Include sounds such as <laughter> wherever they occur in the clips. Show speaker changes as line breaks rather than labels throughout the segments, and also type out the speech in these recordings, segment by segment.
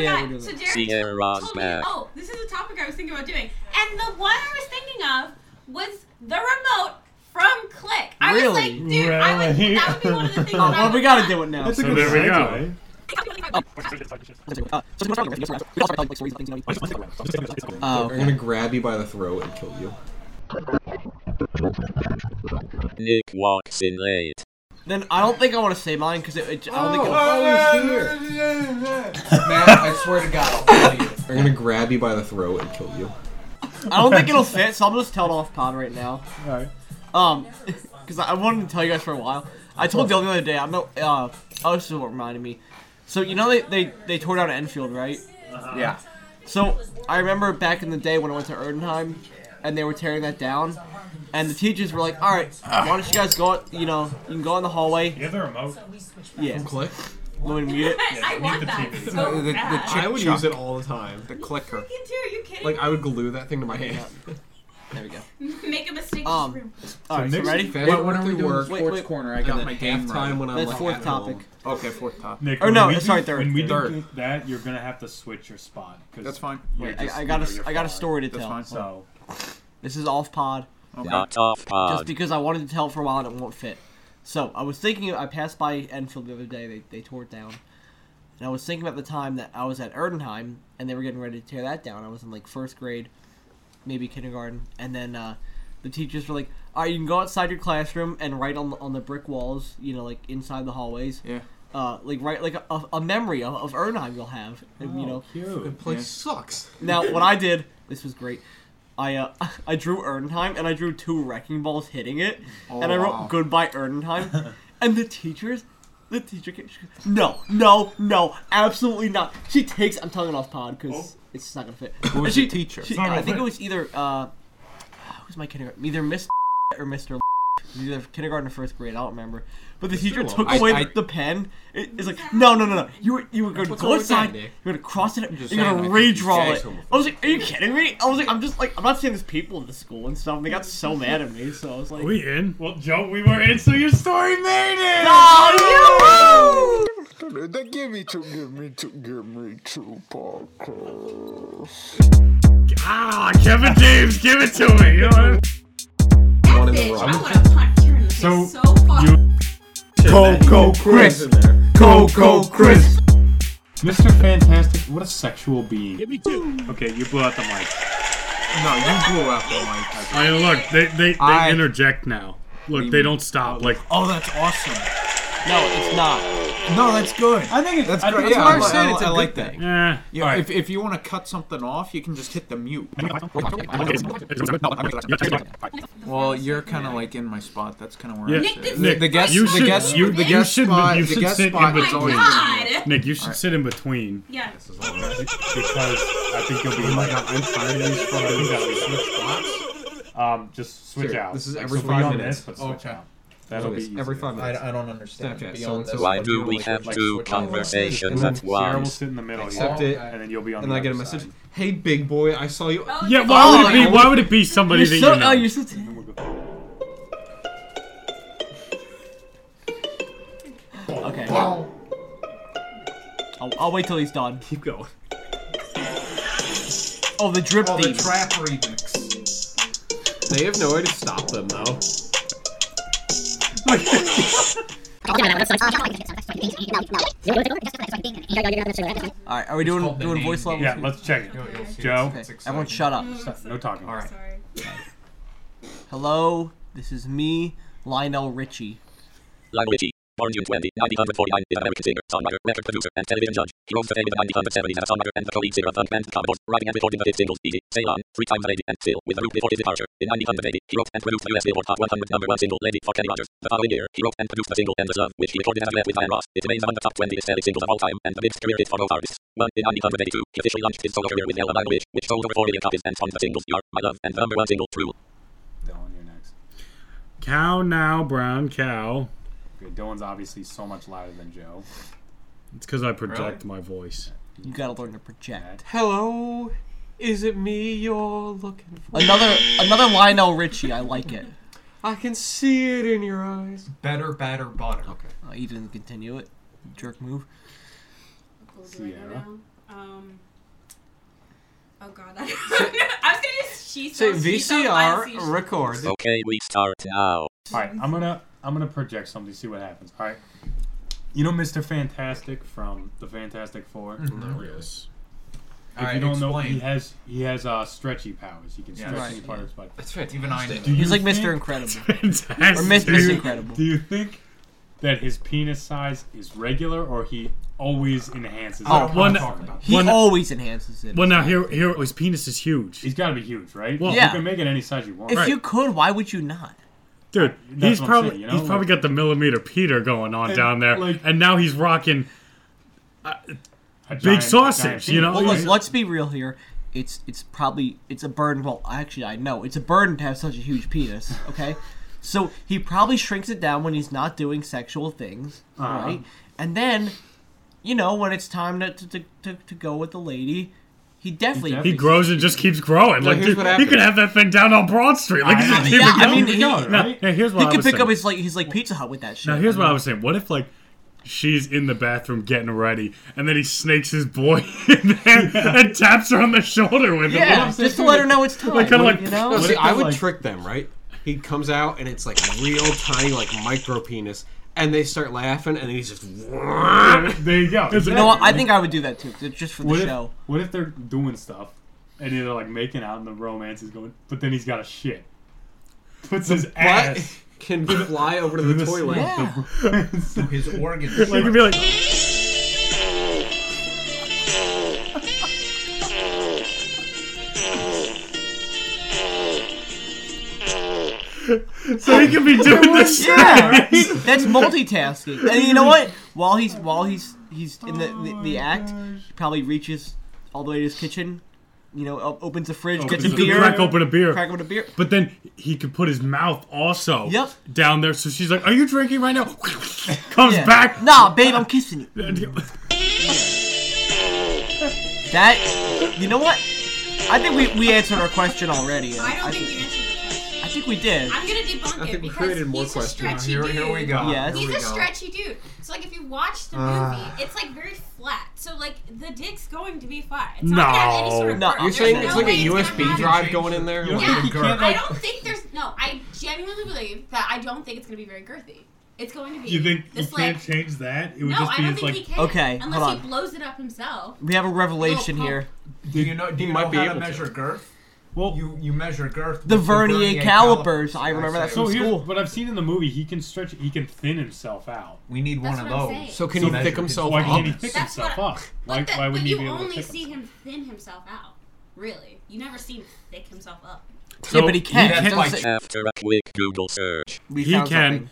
Yeah,
forgot.
we'll do
so
that.
Jared
Sierra
told me,
Rosback.
oh, this is a topic I was thinking about doing, and the one I was thinking of was the remote from Click. I was like,
Really?
dude, I would,
Really?
that would be one
<laughs>
of the things.
Oh,
that I
well, we
would
gotta
want.
do it now.
That's a
So
good
there we go.
segue.
Oh,
They're gonna grab you by the throat and kill you.
Nick walks in late.
then I don't think I want to say mine because it, it- I don't think it'll. <laughs>
<laughs> oh, he's here. Matt, I swear to God, I'll kill you. They're gonna grab you by the throat and kill you.
I don't think it'll fit, so I'm just telling off pod right now.
Alright.
Um, <laughs> because I wanted to tell you guys for a while. I told Dylan the other day. I'm no. Uh, oh, this is what reminded me. So you know they they they tore down Enfield, right? Uh-huh.
Yeah.
So I remember back in the day when I went to Erdenheim, and they were tearing that down, and the teachers were like, "All right, why don't you guys go? out- You know, you can go in the hallway."
You have the remote.
Yeah.
Click.
Let me mute it.
<laughs> I want
the
that
TV.
so
the, the
bad.
chick I would use it all the time. The clicker.
Freaking too, are you kidding?
Like I would glue that thing to my hand.
There we go.
me? <laughs> Make a mistake.
Um,
just room.
All right, so
Nick's
ready?
fa-
It
What, what are we
worked
doing?
work.
Sports
Wait, wait.
corner. I
I
got,
got
my
my
game
half time when I'm
That's
like
fourth
at
topic.
home. Okay, fourth topic.
Nick,
Or
when
no,
we
sorry,
do,
third.
When we do
Third.
that, you're gonna have to switch your spot. 'cause
That's fine.
you're
Wait,
just-
I, I
you
got
know, you're
a I got a
fine.
story to
That's fine.
tell.
So
This is off pod.
Okay.
Not off
just
pod.
because I wanted to tell it for a while and it won't fit. So I was thinking, I passed by Enfield the other day. They, they tore it down, and I was thinking about the time that I was at Erdenheim and they were getting ready to tear that down. I was in like first grade, maybe kindergarten, and then uh, the teachers were like, "All right, you can go outside your classroom and write on the, on the brick walls, you know, like inside the hallways,
Yeah.
uh, like write like a, a memory of, of Erdenheim you'll have, and,
Oh.
you know."
The
cute.
place
Yeah.
sucks.
Now, what I did, this was great. I uh, <laughs> I drew Erdenheim and I drew two wrecking balls hitting it, and I
Oh,
wrote
wow.
"Goodbye Erdenheim,"
<laughs>
and the teachers, the teacher, came, she goes, no, no, no, absolutely not. She takes. I'm tonguing off pod
Oh.
because it's just not gonna fit.
Who
And
was
she-
the teacher?
she-
It's not
I
gonna
think
fit.
it was either uh, who's my kindergarten? Either Miss <laughs> or Mister. Either kindergarten or first grade, I don't remember. But the teacher took
I-
away
I-
the pen. It, it's like, no, no, no, no. You were, you were going to
what's
go
wrong with that,
outside.
Nick.
You're gonna cross it.
just
You're gonna
saying, like, he's
redraw
very
it.
homophobic.
I was like, "Are you kidding me?" I was like, "I'm just like, I'm not seeing these people in the school and stuff." And they got so mad at me, so I was like,
We in? Well, Joe, we were in. So your story made it.
"Oh, you!"
They give me two, give me two, give me two podcasts.
Ah, Kevin James, give it to me. You know what I mean?
One in the
Bitch,
row.
I want to punch her in the
So,
face so far.
you-
Go, go, Chris.
in there.
Go, go, Chris.
Mr. Fantastic, what a sexual being. Give me two. Okay, you blew out the mic.
No, you blew out the mic.
I mean, look, they they, they
I-
interject now. Look, they don't stop. Like,
Oh, that's awesome.
No, it's not.
No, that's good.
I think it's
That's
I
great.
think
Yeah,
it's
I,
worse.
I, I, like that.
Eh.
All right.
If, if you want to cut something off, you can just hit the mute. Well, you're kind of like in my spot. That's kind of where
Yeah.
I
Nick,
sit.
this
Nick,
the guest,
you
the
should-
guest,
you-
the
you
guest
should-
spot,
you
the
should
guest
sit in
spot was
between.
always.
Oh God.
Nick, you should sit in between
Yeah.
because I think you'll be like, I'm tired of these fucking Um, just switch
Here,
out.
this is
Like,
every
so we're
five
on
minutes.
this, but switch
Okay.
out. Oh, That'll be easier.
Every five minutes.
I, I don't understand.
Okay, so
Beyond
it's
this,
Why
like
do
you
we
like-
have
like
two
switch on.
conversations
And
at
then Sarah
Sarah will
once?
sit in the middle.
Accept
yeah.
it,
and then you'll be on.
and
the
I get a
other
message.
side.
Hey, big boy, I saw you.
Oh,
Yeah,
it's
why
all-
would it be? Why would it be somebody
You're
that
so,
you know?
oh, you're so. T- okay. I'll, I'll wait till he's done.
Keep going.
Oh, the drip
Oh, the
theme.
trap remix.
They have no way to stop them though.
All right, are we doing
called the
doing
name
voice
game.
levels?
yeah, let's check it.
You'll see
Joe?
it's-
Okay,
it's exciting.
everyone, shut up.
No talking.
All right.
Sorry.
Hello, this is me, Lionel Richie.
Lionel Richie. Born June 20, 1949, is an American singer, songwriter, record producer, and television judge. He owns the fame in the 1970s as a songwriter and the co-lead singer of the band Commodores, writing and recording the hit singles Easy, Ceylon, Three Times a Lady, and Still, with the group before his departure. In 1980, he wrote and produced the US Billboard Hot 100 number one single Lady for Kenny Rogers. The following year, he wrote and produced the single Endless Love, which he recorded as a duet with Diana Ross. It remains among the top 20 best-selling singles of all time, and the biggest career hit for both artists. One, in 1982, he officially launched his solo career with Ella Milovich, which sold over 4 million copies and formed the singles You Are My Love and the number one single True.
Dylan, you're next. Cow now, brown cow. Okay, Dylan's obviously so much louder than Joe. It's because I project my voice.
You gotta learn to project.
Hello, is it me you're looking for?
Another another Lionel Richie. I like it.
I can see it in your eyes.
Better, better, butter. Okay.
Uh, he didn't continue it. Jerk move.
Cold right
Sierra.
now. Um. Oh God, I don't know. <laughs> I was gonna use she
Say
sells, she sells, I see she-
VCR record.
Oh.
Okay, we start now.
All right, I'm gonna I'm gonna project something. See what happens. All right. You know Mr. Fantastic from the Fantastic 4
Not really.
If
All right,
you don't know,
explain.
he has he has uh, stretchy powers. He can
Yeah,
stretch
right.
any part of his body.
That's right. Even I know.
Do
He's
you
like Mr.
think-
Incredible.
Fantastic.
Or Miss, Miss Incredible.
Do you think that his penis size is regular, or he always enhances?
Oh,
it?
one-
He
Well, no-
always enhances it.
Well, now here, here, his penis is huge,
He's got to be huge, right?
Well-
Yeah.
you can make it any size you want.
if
right.
you could, why would you not?
dude.
That's
He's
what I'm
probably,
saying, you
he's
know,
probably
like-
got the millimeter Peter going on
And,
down there,
like-
and now he's rocking.
A
Big
giant-
sausage,
giant
you know?
penis.
Well,
yeah.
look, let's be real here. It's it's probably it's a burden. Well, actually, I know it's a burden to have such a huge penis.
<laughs>
Okay, so he probably shrinks it down when he's not doing sexual things,
Uh-huh.
right? And then, you know, when it's time to to, to, to, to go with the lady, he definitely.
definitely-
He grows and just keeps growing. Like,
here's
dude,
what
you
happened.
could have that thing down on Broad Street. Like,
I-
you just keep
yeah,
it
I
going.
mean,
Keep it
he-
going,
No,
right?
yeah, here's what
he
I
could
was
pick
saying.
up his like his like Pizza Hut with that shit.
Now here's what I was saying. What if like she's in the bathroom getting ready, and then he snakes his boy <laughs> in there and taps her on the shoulder with
yeah,
it?
I'm saying
just to
too,
let
that-
her know it's time.
Like, kinda like-
you know.
No,
What
see,
if
I
they're
would
like-
trick them, right? He comes out and it's like real tiny, like micro penis, and they start laughing, and then he's just. <laughs>
There you go.
It's-
You know what? I
Exactly.
think I would do that too, ju- just for the
What if, <laughs>
show.
what if they're doing stuff and they're like making out and the romance is going, but then he's got a shit. Puts his
What?
ass.
Can fly over to the toilet.
Yeah.
<laughs>
His organs.
Like you'd be like, so he could be doing this.
Yeah, that's multitasking. And you know what? While he's while he's he's in the the, the act, he probably reaches all the way to his kitchen. You know, op- opens the fridge, gets
Opens
a
the
beer,
Crack open a beer.
crack open a beer.
But then he could put his mouth also
Yep.
down there. So she's like, "Are you drinking right now?" <laughs> Comes
Yeah.
back.
Nah, babe, I'm kissing you. That, you know what? I think we, we answered our question already.
I don't
I,
think
think,
you answered the question.
I think we did.
I'm gonna debunk
I
it
think we
because
created more
he's a
questions.
stretchy
Here,
dude.
here we go.
Yes.
Here
He's
we
a
go.
stretchy dude. So like, if you watch the movie, it's like very flat. So like, the dick's going to be flat. It's not gonna have any sort of
No.
curve.
No,
You're
You're
There's
saying
no
it's like
way
a
gonna
USB
happen.
drive going in there?
You don't
Like,
Yeah,
think he can't,
I
like,
don't think there's no. I genuinely believe that I don't think it's gonna be very girthy. It's going to be.
you think you
this
can't
like,
change that? It would
No,
just
I
be
don't
his
think
like.
he can.
Okay,
unless
hold
he
on.
blows it up himself.
We have a revelation
Little
here.
Do you know? Do you
might
know
be
how
able
to
to.
measure girth?
well,
You you measure girth.
The
with
vernier calipers. I remember that
That's it.
so
from
here's
school.
what I've seen in the movie. He can stretch. He can thin himself out.
We need
That's
one
what I'm
of
saying.
those.
So can
So
he
that-
pick himself
Why
up?
can't he pick
That's
himself
what-
up?
But,
Why,
the-
why
but
wouldn't he
you
be able to
only
pick
see
himself?
him thin himself out. Really, you never see him thick himself up.
So
yeah, but he can.
He
not
can,
Doesn't say-
After a quick Google search,
we
he
found
can
something.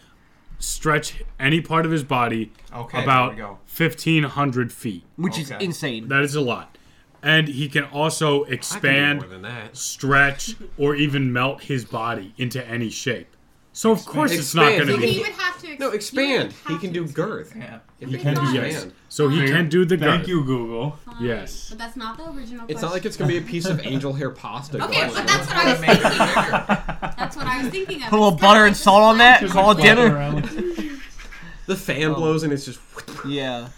stretch any part of his body
Okay, there we
about
go.
1,500 feet.
which is
Okay.
insane.
That is a lot. And he can also
I can do
expand,
more than that.
stretch, or even melt his body into any shape. So, of course, it's
Expand.
not going
He
to
You
can-
be.
would have to. Ex-
No,
you would
expand.
have
He can
to
do
expand.
girth.
Yeah.
If he
can
can
do-
expand.
So, he can do the
Thank
girth.
you, Google.
Fine.
Yes.
But that's not the original.
It's not like it's gonna be a piece of angel hair pasta.
Okay,
going
but
in.
that's what I was thinking.
<laughs>
That's what I was thinking of.
Put a little
It's kinda
butter
like
and
this
salt on
flat-
that. Call it dinner.
the fan blows and it's just.
Yeah.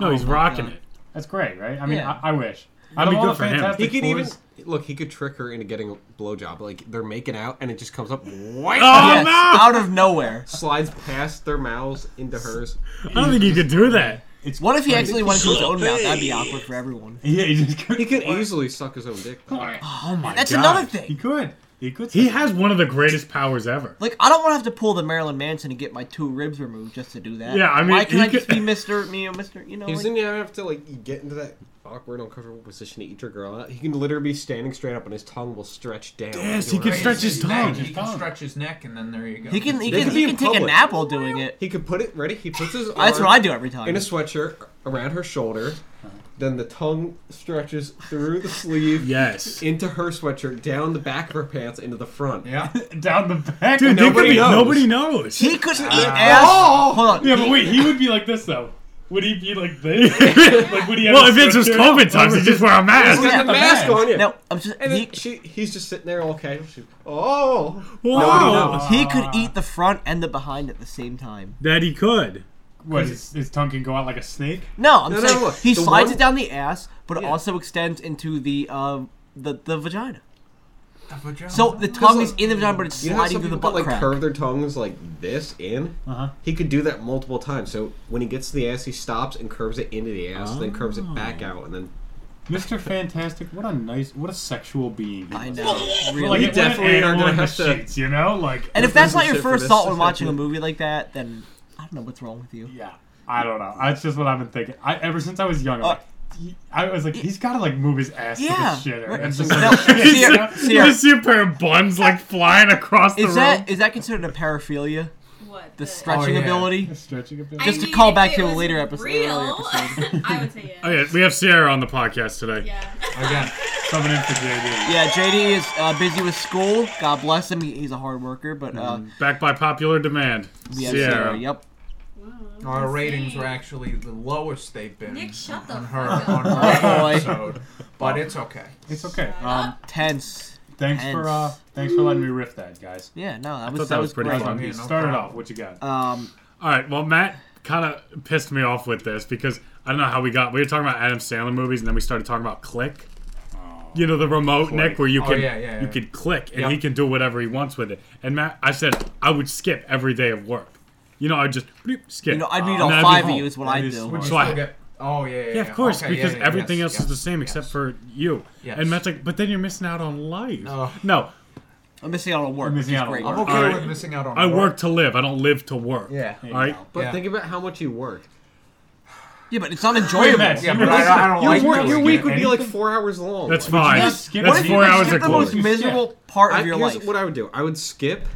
No, he's rocking
God.
it.
That's great, right? I mean,
Yeah.
I, I wish.
That'd
Out of
be
all
good
the
for him.
Fantastic
He could even
Fours- <laughs>
look. He could trick her into getting a blowjob. Like they're making out, and it just comes up,
Oh,
Yes,
no!
Out of nowhere.
<laughs> slides past their mouths into hers.
I don't think he could do that.
It's
What if he actually went to his own mouth? That'd be awkward for everyone.
Yeah, he just could.
He could easily suck his own dick. Though.
Oh, my
That's
God.
another
He
thing.
could. He could.
He has one of the greatest powers ever.
Like, I don't want to have to pull the Marilyn Manson and get my two ribs removed just to do that.
Yeah, I mean,
why can't
he
I just
could-
be Mister, me or Mister? You know,
He
like,
doesn't even have to like you get into that awkward, uncomfortable position to eat your girl out. He can literally be standing straight up, and his tongue will stretch down.
Yes, he
You're
can
right.
stretch his
neck.
tongue.
He can
tongue.
stretch his neck, and then there you go.
he can he
They
can,
could be
he
in
can take a
public.
nap while doing it.
He could put it ready. He puts his.
That's
arm
what I do every time.
In a sweatshirt around her shoulder, then the tongue stretches through the sleeve.
<laughs> Yes.
Into her sweatshirt, down the back of her pants, into the front.
Yeah.
<laughs> down the back.
Dude, they could
Nobody
be-
knows.
nobody knows.
He could eat
Ah.
ass.
Oh!
Hold on.
Yeah, but wait, he would be like this though. Would he be like
<laughs>
this? like, would he have
well,
a
if it's just
structure?
COVID times, he just wear a mask.
He's got
Yeah.
the mask on you.
No, I'm just.
And then
He,
she, he's just sitting there all casual. She, oh,
Wow.
Nobody knows.
Ah.
he could eat the front and the behind at the same time.
That he could.
What,
'Cause
his, his tongue can go out like a snake?
No, I'm
No, no,
saying
look,
he
the
slides
one-
it down the ass, but it
Yeah.
also extends into the um the the vagina.
The vagina.
So the tongue is in the vagina, but it's
You know how
sliding
some
through the
people
butt
can, like
crack.
curve their tongues like this in?
Uh-huh.
He could do that multiple times. So when he gets to the ass, he stops and curves it into the ass, then curves it back out, and then
Mr. Fantastic, what a nice, what a sexual being. he
I
must
know,
be. Like,
really.
what
You
an
definitely are
animal
gonna
in the
have to-
sheets, you know, like.
And if that's not your
Shit for
first
this.
thought when watching a movie like that, then I don't know what's wrong with you.
Yeah, I don't know. That's just what I've been thinking. I ever since I was young, I'm like, he- I was like, he's got to like move his ass
Yeah,
to the shitter.
right.
And just
No,
<laughs> like,
Sierra- Sierra.
you see a pair of buns like flying across the
Is
room.
that is that considered a paraphilia?
What
The
the-
stretching
Oh, yeah.
ability?
Stretching a bit.
I
Just to
mean,
call
if
back
it
to a
was
later episode, an
Real,
earlier episode.
<laughs> I would say yes.
oh yeah, we have Sierra on the podcast today.
Yeah.
Again, coming in for JD.
Yeah, JD is uh, busy with school. God bless him. He, he's a hard worker, but uh,
Back by popular demand.
we have
Sierra.
Sarah. Yep.
Our ratings were actually the lowest they've been
Nick, shut the
on <laughs> her
fuck <laughs>
on
up.
her
Oh, boy.
episode, but it's okay.
It's okay.
Um, tense.
Thanks for uh, thanks for letting me riff that, guys.
Yeah, no, that
I
was
thought
that was
pretty
great.
fun.
Yeah, no
Start it
problem.
off. What you got?
Um,
All right. Well, Matt kind of pissed me off with this because I don't know how we got. We were talking about Adam Sandler movies, and then we started talking about Click. You know the remote Nick where you
Oh,
can
yeah, yeah,
you
yeah.
could click and
Yep.
he can do whatever he wants with it. And Matt, I said I would skip every day of work. You know, I would just bloop, skip.
you know, I'd need
And
all
then Uh, be
five of
home.
you is what
That
I
is
do.
smart.
You
So I-
still get- oh yeah, yeah,
Yeah, of course,
okay, yeah,
because
yeah,
everything
yes,
else
yes,
is the same except
yes.
for you.
Yes.
And Matt's like, but then you're missing out on life.
No.
Oh.
No,
I'm missing out on work.
I'm missing
which is
out on
great.
work.
I'm okay
All right.
with missing out on.
I work to live. I don't live to work.
Yeah.
All right.
But
Yeah.
think about how much you work.
Yeah, but it's not enjoyable.
Matt,
Yeah,
you
but
listen-
I, I don't
you
like
work-
doing
you
Your
it.
week would be like four hours long.
That's
Like,
fine.
Yes,
That's
what if you
four hours
skip
of
the most
glory.
miserable part
I,
of your
here's
life?
what I would do. I would skip.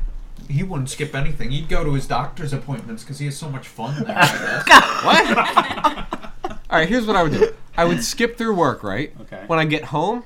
He wouldn't skip anything. He'd go to his doctor's appointments because he has so much
<laughs>
fun there. I guess.
What? All right, here's what I would do. I would skip through work, right?
Okay.
When I get home,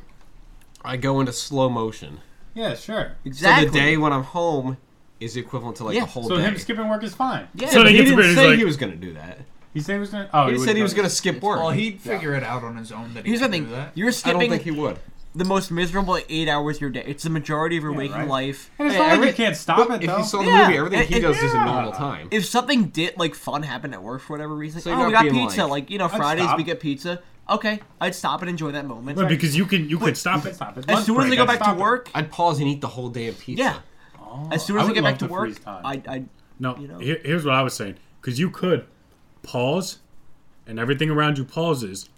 I go into slow motion.
Yeah, sure.
exactly.
So the day when I'm home is equivalent to like
Yeah.
a whole
So
day.
him skipping work is fine.
Yeah,
So
but
they
he
get to
didn't
bed. He's
say
like,
he was gonna do that.
he said he was gonna. Oh,
He, said he
would've
was
done
gonna
it.
skip work.
well, he'd figure it out on his own that he
Here's the
could do
thing:
that.
you're
I don't
skipping
think he would.
the most miserable eight hours of your day. It's the majority of your waking
right.
life.
And it's
Hey,
not like
every-
you can't stop
But
it
if
though.
you saw the
Yeah,
movie, everything he
it-
does is in
yeah.
normal time.
If something did like fun happened at work for whatever reason,
So you're
oh, we
not
got
being
pizza.
like-
Like, you know, Fridays we
stop.
get pizza. Okay, I'd stop and enjoy that moment.
But because you can, you could stop it. Stop it. Oh.
as soon as I go back to work,
I'd pause and eat the whole damn pizza.
yeah. as soon
I
as I,
would
get back
love
to
to
work,
freeze time.
I, I
No,
you know?
here- here's what I was saying. Because you could pause, and everything around you pauses,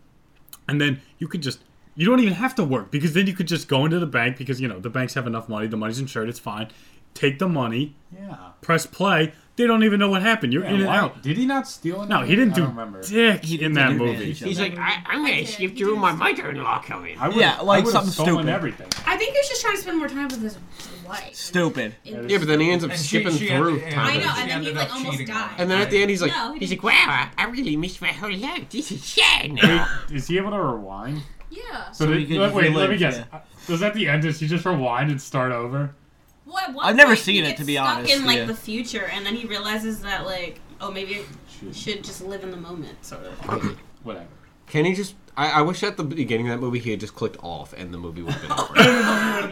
and then you could just. You don't even have to work because then you could just go into the bank because you know the banks have enough money. The money's insured. It's fine. Take the money. Yeah. Press play. They don't even know what happened. You're in and out.
Did he not steal?
No, he didn't do
remember.
dick
He
in
didn't
that
do
movie.
advantage of it.
I, I'm
gonna skip through my
mother-in-law coming.
I would've-
Yeah, like
I would've
something
stolen
stupid.
Everything.
I think he's just trying to spend more time with his wife.
stupid.
Yeah, but then he ends up
And she-
skipping
she
through
ended-
time.
I know, and
she
then he,
ended
like,
up
almost
cheating on
died.
him.
And then at the end, he's like,
No, he
he's like,
didn't.
wow, I- I really missed my whole life. This is sad now.
Is he able to rewind?
Yeah.
So,
we
did,
could
wait, let me
relive,
guess.
yeah.
Does at the end does he just rewind and start over?
What, at one
I've never
point,
seen
he
it,
gets
to be
stuck
honest,
in like
yeah.
the future, and then he realizes that like, oh, maybe I should just live in the moment, sort of.
Whatever.
Can he just? I, I wish at the beginning of that movie he had just clicked off and the movie would have been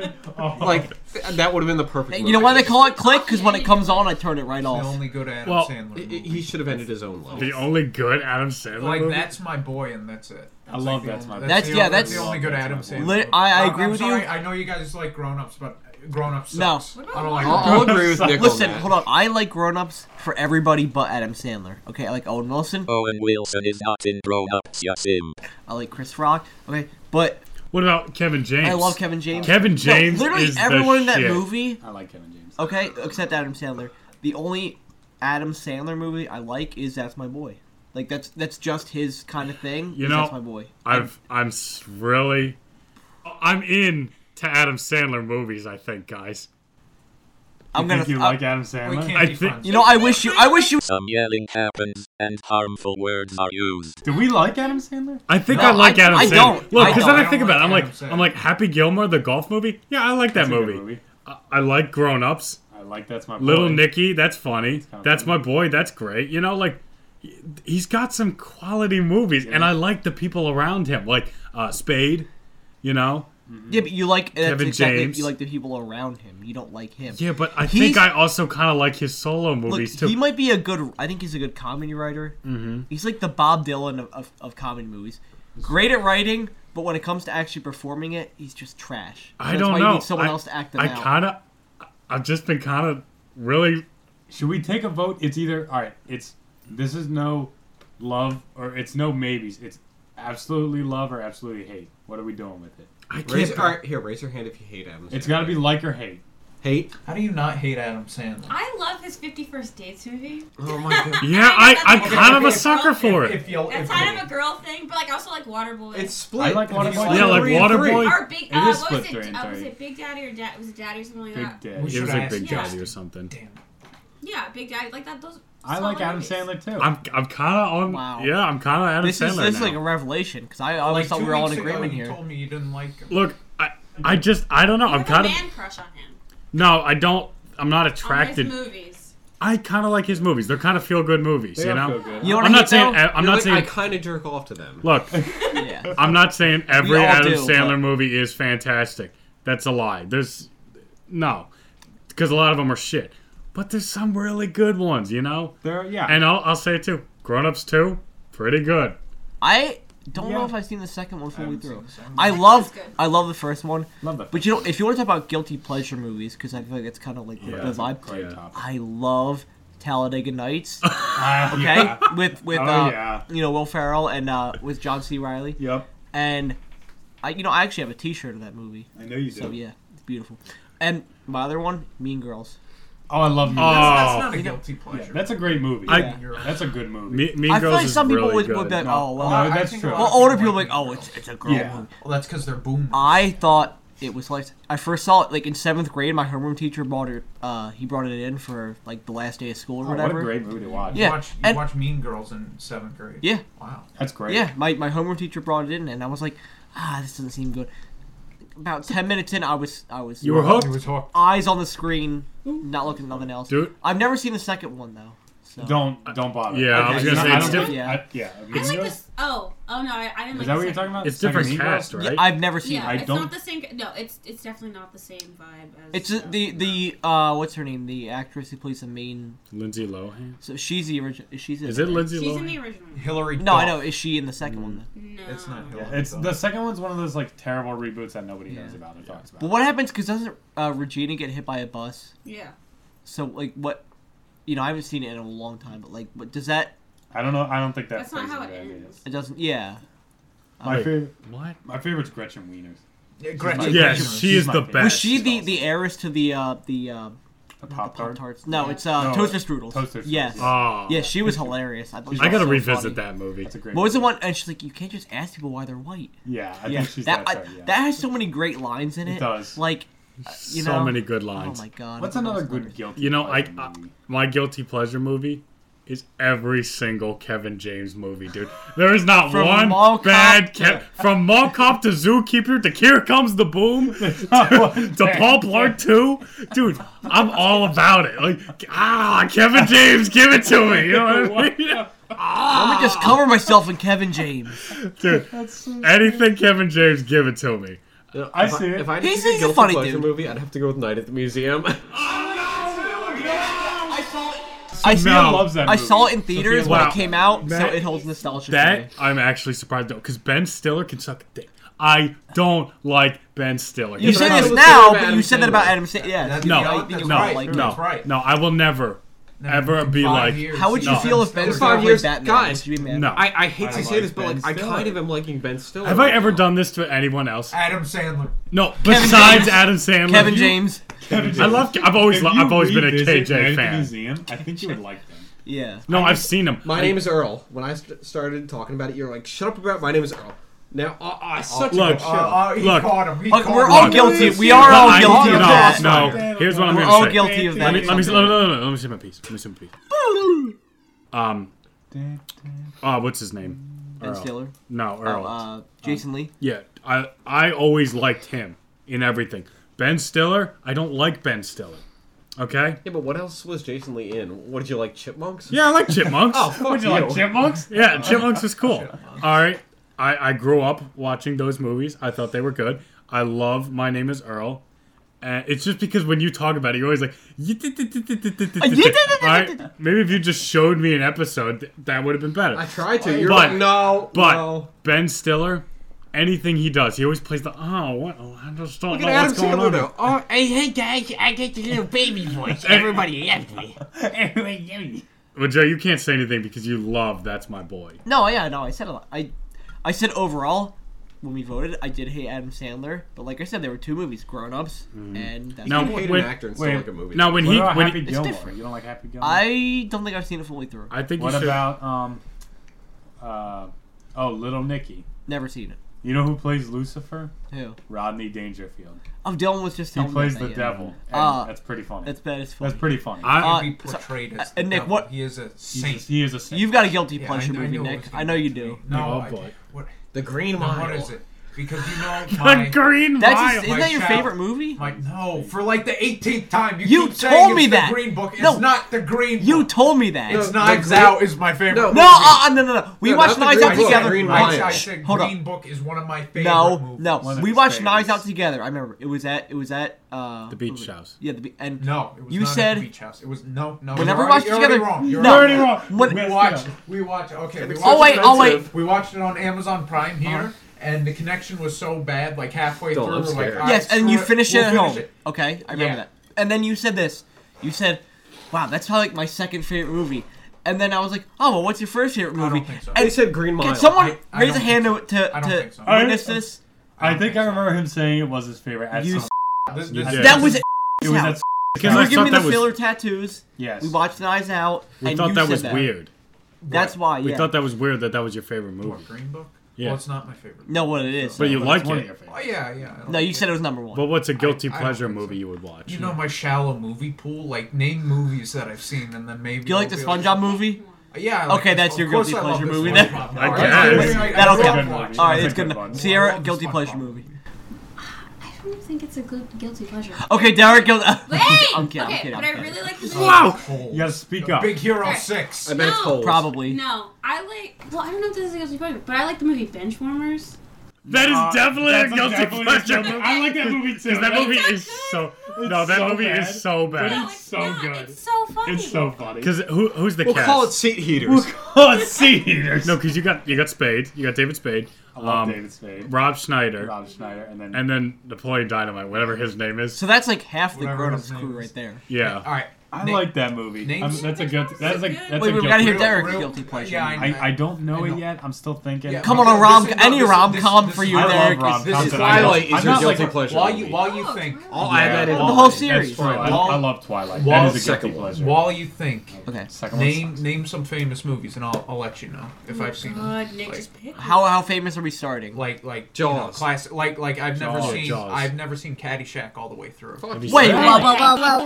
over.
<laughs>
like th- that would have been the perfect.
You
movie.
know why they call it click? Because when it comes on, I turn it right
The
off.
only good Adam
Well,
Sandler.
I- I-
movie.
He should have ended his own life.
The only good Adam Sandler.
like
movie?
that's my boy, and that's it.
I love That's My Boy.
That's-
the
yeah,
only-
that's-
the only good Adam Sandler.
Lit-
movie.
I- I
Look,
agree
I'm
with
sorry,
you.
I know you guys like grown ups, but grown ups
No. Uh-uh.
sucks.
What
I
about
don't like.
I'll, I'll
grown-ups.
agree with Nick.
Listen,
on that.
hold on. I like grown ups for everybody but Adam Sandler. Okay, I like Owen Wilson.
Owen Wilson is not in grown ups, yes, him.
I like Chris Rock. Okay, but
what about Kevin James?
I love Kevin James.
Kevin
No,
James.
literally
is the
everyone in that
shit.
movie.
I like Kevin James.
Okay, except Adam Sandler. The only Adam Sandler movie I like is That's My Boy. Like that's that's just his kind of thing.
You
is
know,
that's my boy.
I've I'm s- really I'm in to Adam Sandler movies. I think guys.
I'm gonna.
think you
I-
like Adam Sandler?
We can't
I
be
think.
friends.
you know, I wish you. I wish you.
Some yelling happens, and harmful words are used.
Do we like Adam Sandler?
I think
No,
I like
I-
Adam
I
Sandler.
don't.
Look,
I
because
don't.
then
I
I
don't
think about it. I'm
like
like
Adam Sandler.
I'm like Happy Gilmore, the golf movie. Yeah, I like that
It's a good
movie. I, I like Grown Ups.
I like that's my
Little
boy.
Nicky, that's funny.
kinda
That's
funny.
my boy. That's great. You know, like he- he's got some quality movies, and I like the people around him, like uh, Spade. You know,
Yeah, but you like that's
Kevin
exactly-
James.
You like the people around him. You don't like him.
Yeah, but I
He's-
think I also kind of like his solo movies
Look,
too.
he might be a good. I think he's a good comedy writer.
Mhm.
He's like the Bob Dylan of, of, of comedy movies. Great at writing, but when it comes to actually performing it, he's just trash.
I
That's
don't
why
know.
You need someone
I,
else to act them
I
out.
kind of, I've just been kind of really.
Should we take a vote? It's either all right. It's this is no love or it's no maybes. It's absolutely love or absolutely hate. What are we doing with it?
I
Raise, all right, here, raise your hand if you hate Adam.
It's got to be like or hate.
hate.
How do you not hate Adam Sandler?
I love his 51st Dates movie.
Oh <laughs> my god.
Yeah, I, I'm
Okay,
kind of a
okay,
sucker
well,
for it.
If you
That's kind of a girl thing, but like I also like Waterboy.
It's split.
I like
If
Waterboy.
you split
Yeah, like
three and three.
Waterboy.
Our big,
It
uh,
is
what was it?
split three
Uh,
and
was
three.
it Big Daddy or Dad? Was it Daddy or something like
Big
that?
day.
We
It
should
was
I
like
ask
Big
you?
Daddy or something.
Damn.
Yeah, Big Daddy. Like that. Those.
I
solid
like Adam
movies.
Sandler too.
I'm, I'm kind of on.
Wow.
Yeah, I'm kind of Adam
this
Sandler
is this is
now.
like a revelation because I always thought we were all in agreement
you
here.
told me you didn't like him.
Look, I, I just, I don't know.
You
I'm
have
kind
a
of.
man crush on him.
No, I don't. I'm not
On
attracted.
his movies.
I kind of like his movies. They're kind of feel good movies,
They
you
all
know.
feel good.
You know what
I'm
I
not
hate,
saying.
though?
e- I'm not
You're like,
saying.
I kind of jerk off to them.
<laughs>
Look,
yeah.
I'm not saying every
all
Adam
do,
Sandler
but-
movie is fantastic. That's a lie. There's no, because a lot of them are shit. But there's some really good ones, you know.
There, yeah.
And I'll, I'll say it too. Grown Ups Two, pretty good.
I don't know
Yeah.
if I've seen the second one fully
haven't
through.
seen the second
I
one.
love
Second one's good.
I love the first one,
Love that.
but you know if you want to talk about guilty pleasure movies because I feel like it's kind of like the- the vibe.
great
Yeah.
topic.
I love Talladega Nights.
Ah,
<laughs> Okay,
<laughs> yeah.
with with
Oh,
uh,
yeah.
you know Will Ferrell and uh, with John C. Riley
Yep.
and I you know I actually have a T-shirt of that movie.
I know you do.
So yeah, it's beautiful. And my other one, Mean Girls.
Oh, I love you.
Oh.
That's not a
You know-
guilty
Yeah,
pleasure.
that's a great movie.
I-
that's a good movie.
Me, mean
I feel
Girls
like
is
some people
really
would,
good.
would be like,
No.
oh well.
No,
I
that's
think a
true.
lot
well,
of
older people
people
are like, Uh,
like
oh,
Mean
it's it's a girl
Yeah.
movie.
well, that's because they're boomers.
I thought it was like I first saw it like in seventh grade. My homeroom teacher brought it. Uh, he brought it in for like the last day of school or
Oh,
whatever.
What a great movie to watch.
yeah,
you watch, you
and-
watch Mean Girls in seventh grade.
Yeah.
Wow.
That's great.
Yeah, my, my homeroom teacher brought it in, and I was like, ah, this doesn't seem good. About ten minutes in, I was I was
you were hooked,
It was hor-
eyes on the screen, not looking at nothing else.
dude.
I've never seen the second one though. So.
Don't don't bother.
Yeah, I was
Okay.
gonna say
I
it's
don't
diff-
think-
Yeah.
I- yeah. I mean,
I like
really?
this. Oh, oh no, I, I didn't like.
Is that
the
what you're
second-
talking about?
It's different
Second
cast,
Mean
right?
I've never seen.
Yeah,
it.
I
it's
don't-
not the same. No, it's it's definitely not the same vibe as.
It's just the the uh, what's her name? The actress who plays the main.
Lindsay Lohan.
So she's the original. Is she? the-
Is it Lindsay Mm.
She's in
Lohan?
the original. one.
Hillary.
No, I
Duff.
know. Is she in the second one? Then?
No.
It's not Hillary.
Mean Girls? It's
Duff.
the second one's one of those like terrible reboots that nobody
Yeah.
knows about or talks
But
about.
what happens? Because doesn't uh, Regina get hit by a bus?
Yeah.
So like what? You know, I haven't seen it in a long time, but like, what does that?
I don't know. I don't think that
That's not
plays
how
into
it
that
ends.
It doesn't. Yeah.
My
Wait.
favorite.
What?
My favorite's Gretchen Wieners.
Yeah, Gretchen.
Yes,
Gretchen.
she
She's
is
my
the
favorite.
best.
Was she the the heiress to the uh the uh
The pop
pop
tart.
tarts? No,
Yeah.
it's uh
No,
toaster strudels.
Toaster Strudels,
Yes.
yeah.
Oh,
yeah, she
<laughs>
was hilarious. I, thought she
I gotta
was so
revisit
funny.
that movie.
That's a great.
What was the
movie.
one? And she's like, you can't just ask people why they're white.
Yeah, I
yeah,
think she's
that
that.
I,
type, yeah.
that has so many great lines in it.
It does.
Like, uh, you
so
know,
many good
Oh
lines.
my god.
What's
I thought that
another
was hilarious.
good guilty?
You know, I,
pleasure
I
movie?
my guilty pleasure movie is every single Kevin James movie, dude. There is not
From
one
Mall Cop
bad
to-
Kev- from Mall Cop to Zookeeper to Here Comes the Boom to, to Paul Blart Two, dude. I'm all about it. Like ah, Kevin James, give it to me. You know what I mean?
Let me just cover myself in Kevin James.
dude? Anything Kevin James, give it to me.
You know,
I
if
see it.
If I had
He's-
to pick
he's
a
a
guilty
funny
pleasure
dude.
movie, I'd have to go with Night at the Museum.
I
Sophia
saw,
loves that
I
movie.
saw it in theaters when
Wow.
it came out,
That-
so it holds nostalgia. for me.
That I'm actually surprised though, because Ben Stiller can suck a dick. I don't like Ben Stiller.
You
He's
said
not-
this
was
now,
talking
but
about
you said that
Adam
about
Sandler.
Adam Sandler. Yeah,
That's-
you
No,
know,
no,
I think
that's
you
right.
would like
No.
him.
That's right.
No, I will never, ever be
Five
like.
years
How would you
since
No.
feel if
Adam
Ben
Stiller-
Stiller
Five years-
played Batman?
guys,
would you be mad?
No.
I, I hate to
I
say
like
this, but
Ben
like I
Stiller.
kind of am liking Ben Stiller.
Have I
right
ever
now.
done this to anyone else?
Adam Sandler.
No, besides
James.
Adam Sandler.
Kevin
You-
James.
I love. I've always.
If
lo-
you
I've always been a
revisit Man at
KJ
the
fan.
Museum, I think you would like them.
Yeah.
No, I've seen him.
My
I-
name is Earl. When I st- started talking about it, you're like, "Shut up about my name is Earl." Now, oh, oh, such
Look.
a good
Uh,
show.
uh, he
Look.
caught him. He
Look,
caught
we're
him.
all guilty. We are all
I-
guilty of
no,
that.
No, here's what I'm
We're
gonna
all
say.
guilty of
Let me.
that.
Let me. Let me, let me, let me say my piece. Let me say my piece.
<laughs>
Um. Uh, what's his name?
Ben
Earl.
Stiller.
No,
Oh,
Earl.
uh, Jason Lee.
Yeah, I I always liked him in everything. Ben Stiller, I don't like Ben Stiller. Okay.
Yeah, but what else was Jason Lee in? What did you like, Chipmunks?
Yeah, I like Chipmunks.
Oh, fuck
Would <laughs> you like Chipmunks?
Yeah, Chipmunks is cool. All right, I I grew up watching those movies. I thought they were good. I love My Name Is Earl. Uh, it's just because when you talk about it, you're always like, Alright, maybe if you just showed me an episode, th- that would have been better.
I tried to. You're like, no,
But
no.
Ben Stiller, anything he does, he always plays the oh, what? Oh, I just don't
Look
know
at Adam
what's going on.
Sandler.
here."
Oh, hey, hey, guys, I get the little baby voice. Everybody loves me. Everybody loves me.
Well, Joe, you can't say anything because you love "That's My Boy."
No, yeah, no, I said a lot. I, I said overall, when we voted, I did hate Adam Sandler, but like I said, there were two movies, Grown Ups,
Mm-hmm.
and that's
Now,
what I-
when- wait, Now, when
What
he
about
when
Happy
he,
Gilmore? You don't like Happy Gilmore?
I don't think I've seen it fully through.
I think
what
you should.
about um, uh, oh, Little Nicky?
Never seen it.
You know who plays Lucifer?
Who?
Rodney Dangerfield.
Oh, Dylan was just
He
telling me
plays
about
the
that, yeah.
devil. and
Ah,
that's pretty funny.
That's bad as funny.
That's pretty funny.
Uh,
He'd be
so-
portrayed as
uh,
the
and Nick,
devil.
what?
He is a
He's a-
saint.
he is a saint.
You've got a guilty
Yeah, I
pleasure
kn- I
movie,
know
Nick.
it's
I know you do.
No,
Oh,
I-
boy.
what?
The Green
no, what
Mile.
is it? Because you know
The
my,
Green
That's
Mile.
just, isn't that your
child-
favorite movie?
my no for like the 18th time. You,
You
keep
told
saying
me
it's
that.
The green book. It's
No.
not the green. Book.
You told me that.
It's
no,
Knives
Green-
Out is my favorite.
No.
movie.
uh, no, no, no. We
No,
watched
not
Knives
the Green
Out
Book.
together.
Green
I-
I,
Mile.
I
shh,
said
hold
Green
on.
Book is one of my favorite
No,
movies.
no.
One of
We
his
watched Knives
favorites.
Out together. I remember. It was at. It was at. Uh,
The beach
what was it?
house.
Yeah, the be- and
No, it was
you
not
said
at the beach house. It was no, no.
Whenever
you're
we watched
already,
together-
you're already wrong. You're
No.
already wrong.
wrong.
When-
We
Messed
watched.
up.
We watched. Okay, we watched.
Oh, wait, oh, wait.
We watched it on Amazon Prime
Uh-huh.
here, and the connection was so bad. Like halfway
Don't,
through,
I'm
we're like,
scared.
"All right,
Yes, and you
screw
finished
We'll
it at
finish
home.
it."
Okay, I remember
Yeah.
that. And then you said this. You said, "Wow, that's probably like my second favorite movie." And then I was like, "Oh, well, what's your first favorite movie?"
don't think so.
And
I said Green Mile.
can someone
I- I
raise a
don't
hand to to,
I don't
to
think so. I-
witness this?
I think I remember him saying it was his favorite. At
You
some,
s-
This,
Yeah.
this,
Yeah.
That was
it was at,
out.
Because
You
I
were giving
thought
me the
that was
filler tattoos.
yes.
We watched Knives Out,
we
and
thought
you
that
said
was weird.
That's why. Yeah.
We thought that was weird that that was your favorite
What,
movie.
Green Book?
Yeah.
Well, it's not my favorite.
no, what it is.
But you
But
like
it's one of
it.
your
Oh
favorites.
yeah, yeah. I don't
no, you
like
said
it.
it was number one.
But what's a guilty
I don't
pleasure
think so.
movie you would watch?
You know my shallow movie pool. Like name movies that I've seen, and then maybe.
Do you like the
I'll be
SpongeBob movie?
Yeah. I like
Okay,
this.
that's
Of
your
course
guilty
I love
pleasure
this
movie
one.
then.
All
I
right.
guess.
I- I
That'll
grew up
count.
watching
All right,
it.
it's good
good
enough.
one.
I
Sierra,
love
guilty
SpongeBob.
pleasure movie.
I don't think it's a good guilty <laughs> pleasure.
Okay, Derek, guilty.
Wait!
I'm kidding. I'm
okay,
kidding.
but
I'm
I
kidding.
really like the movie.
Wow.
Cold.
You gotta speak up.
Big Hero
Alright.
Six.
I bet it's
No.
cold.
Probably.
No, I like. Well, I don't know if this is a guilty pleasure, but I like the movie Benchwarmers.
That is
Uh, <laughs>
definitely a
<laughs> that's
guilty
definitely a
pleasure.
guilty- I
<laughs>
like that movie too.
Because that
It's
movie
so
is so.
good.
No,
It's
that
so
movie
bad.
is so
But
bad.
it's so good.
It's so funny.
It's so funny.
Because who who's the
We'll
cast?
call it seat heaters.
Let's see.
no, because you got you got Spade, you got David Spade,
I love
um,
David Spade,
Rob Schneider,
Rob Schneider, and then
and then Napoleon Dynamite, whatever his name
<laughs>
is.
So that's like half the
Whatever
grown-up
his name
crew
is.
right there.
yeah.
All right.
I
Nick,
like that movie.
Name-
I'm- that's a guilty. That's like that's
Wait,
a
we
guilty.
gotta hear
Real-
Derek
real-
guilty pleasure.
Yeah, I,
I, I don't know,
I know.
it yet. I'm still thinking.
Yeah,
Come on, a
This
rom
is- no,
any
this is-
rom com
this is-
for you,
I love
Derek.
rom-coms.
This is
I'm
Twilight
not
is your guilty
like-
pleasure.
While you
movie.
while you
Oh,
think,
Twilight.
I'll add that in.
The whole
later.
series.
That's Twilight.
Wall-
I love Twilight.
Wall-
that is a guilty
second one.
pleasure.
while you think,
Okay.
Second one
name
sucks.
name some famous movies, and I'll I'll let you know if I've seen
Oh God,
them.
Nick
like,
just picked.
How how famous are we starting?
like like you know,
Jaws.
classic. Like like I've never
Jaws.
seen
Jaws.
I've never seen Caddyshack all the way through.
Have you
Wait,
seen it?
whoa, whoa,